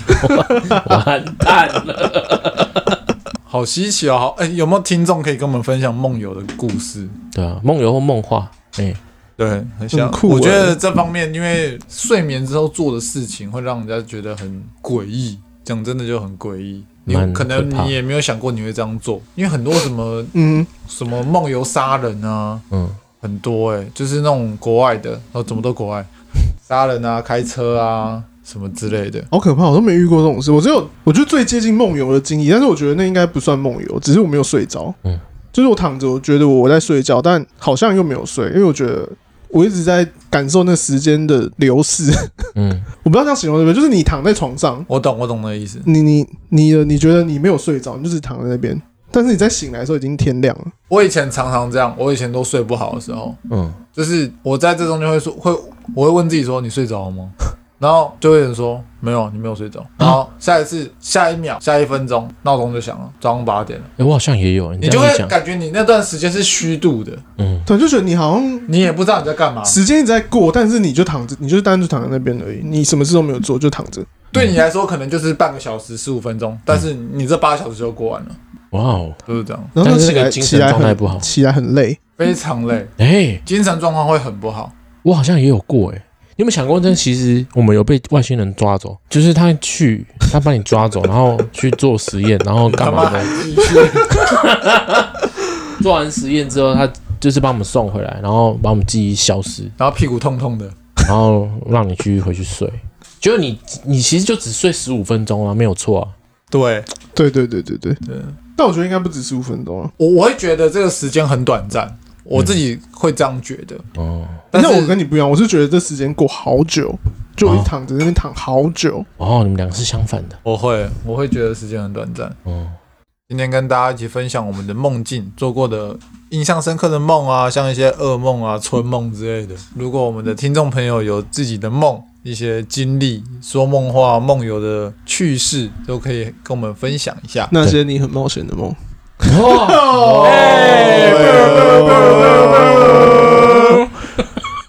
Speaker 1: 完蛋了。
Speaker 2: 好稀奇哦！好，哎、有没有听众可以跟我们分享梦游的故事？
Speaker 1: 对啊，梦游或梦话，哎、
Speaker 2: 对，很像。
Speaker 3: 很酷
Speaker 2: 我觉
Speaker 3: 哎
Speaker 2: 得这方面，因为睡眠之后做的事情会让人家觉得很诡异。讲真的，就很诡异。你
Speaker 1: 蛮
Speaker 2: 可能
Speaker 1: 可怕
Speaker 2: 你也没有想过你会这样做，因为很多什么
Speaker 3: 嗯，
Speaker 2: 什么梦游杀人啊，
Speaker 1: 嗯，
Speaker 2: 很多哎、就是那种国外的，哦，怎么都国外 杀人啊、开车啊什么之类的。
Speaker 3: 好可怕，我都没遇过这种事。我只有，我觉得最接近梦游的经历，但是我觉得那应该不算梦游，只是我没有睡着。
Speaker 1: 嗯
Speaker 3: 嗯，就是我躺着，我觉得我在睡觉，但好像又没有睡，因为我觉得我一直在感受那时间的流逝。
Speaker 1: 嗯，
Speaker 3: 我不知道这样形容对不对，就是你躺在床上，
Speaker 2: 我懂，我懂的意思。
Speaker 3: 你你你的你觉得你没有睡着，你就只躺在那边，但是你在醒来的时候已经天亮了。
Speaker 2: 我以前常常这样，我以前都睡不好的时候，
Speaker 1: 嗯，
Speaker 2: 就是我在这中间会说，会我会问自己说你睡着了吗？ 然后就会有人说没有，啊你没有睡着。然后下一次、下一秒、下一分钟，闹钟就响了，早上八点了，
Speaker 1: 哎、我好像也有，你
Speaker 2: 你
Speaker 1: 这
Speaker 2: 就
Speaker 1: 样
Speaker 2: 会
Speaker 1: 一讲，
Speaker 2: 感觉你那段时间是虚度的，
Speaker 1: 嗯，
Speaker 3: 对，就觉得你好像
Speaker 2: 你也不知道你在
Speaker 1: 啊
Speaker 2: 干嘛。
Speaker 3: 时间一直在过，但是你就躺着，你就是单纯躺在那边而已，你什么事都没有做，就躺着。
Speaker 2: 对你来说可能就是半个小时、十五分钟，但是你这八小时就过完了，
Speaker 1: 哇哦，
Speaker 2: 就是这样，
Speaker 3: 然后
Speaker 1: 但
Speaker 3: 就是起
Speaker 1: 那
Speaker 3: 来
Speaker 1: 个精神
Speaker 3: 起来
Speaker 1: 状态
Speaker 3: 很
Speaker 1: 不好
Speaker 3: 起来很累。
Speaker 2: 非常累，
Speaker 1: 哎、
Speaker 2: 精神状况会很不好。
Speaker 1: 我好像也有过哎、你有没有想过，但其实我们有被外星人抓走，就是他去，他把你抓走，然 后去做实验，然后
Speaker 2: 他
Speaker 1: 干
Speaker 2: 妈
Speaker 1: 嘛
Speaker 2: 还
Speaker 1: 的？
Speaker 2: 继续，
Speaker 1: 做完实验之后，他就是把我们送回来，然后把我们记忆消失，
Speaker 2: 然后屁股痛痛的，
Speaker 1: 然后让你去回去睡。就你，你其实就只睡十五分钟啊，没有错啊。
Speaker 2: 对
Speaker 3: 对对对对对，
Speaker 2: 对。
Speaker 3: 但我觉得应该不止十五分钟啊。
Speaker 2: 我我会觉得这个时间很短暂，我自己会这样觉得。
Speaker 1: 哦
Speaker 2: 但
Speaker 3: 那
Speaker 2: 是
Speaker 3: 我跟你不一样，我是觉得这时间过好久，就我一
Speaker 1: 哦
Speaker 3: 直躺着那边躺好久。
Speaker 1: 哦，你们两个是相反的。
Speaker 2: 我会我会觉得时间很短暂。
Speaker 1: 哦，
Speaker 2: 今天跟大家一起分享我们的梦境，做过的印象深刻的梦啊，像一些噩梦啊、春梦之类的。如果我们的听众朋友有自己的梦、一些经历、说梦话、梦游的趣事，都可以跟我们分享 一下。
Speaker 3: 那些你很冒险的梦，
Speaker 1: 哦，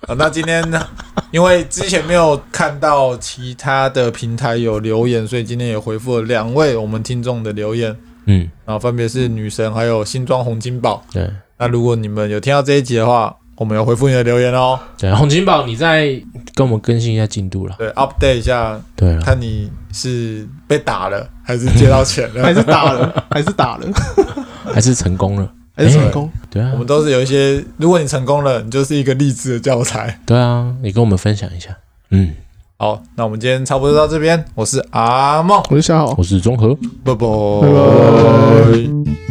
Speaker 2: 啊，那今天呢，因为之前没有看到其他的平台有留言，所以今天也回复了两位我们听众的留言，
Speaker 1: 嗯，
Speaker 2: 然后分别是女神还有新装洪金宝。
Speaker 1: 对
Speaker 2: 那如果你们有听到这一集的话，我们有回复你的留言哦。
Speaker 1: 对，洪金宝，你再跟我们更新一下进度了。
Speaker 2: 对，update 一下，
Speaker 1: 对啊了，
Speaker 2: 看你是被打了还是接到钱
Speaker 3: 还
Speaker 2: 了。
Speaker 3: 是打了，还是打了，
Speaker 1: 还是成功了。
Speaker 3: 还是成功。
Speaker 1: 对啊
Speaker 2: 我，们都是有一些，如果你成功了，你就是一个励志的教材。
Speaker 1: 对啊，你跟我们分享一下。嗯，
Speaker 2: 好，那我们今天差不多到这边，我是阿梦，
Speaker 3: 我是夏豪，
Speaker 1: 我是中和。
Speaker 2: 拜拜。
Speaker 3: 拜拜。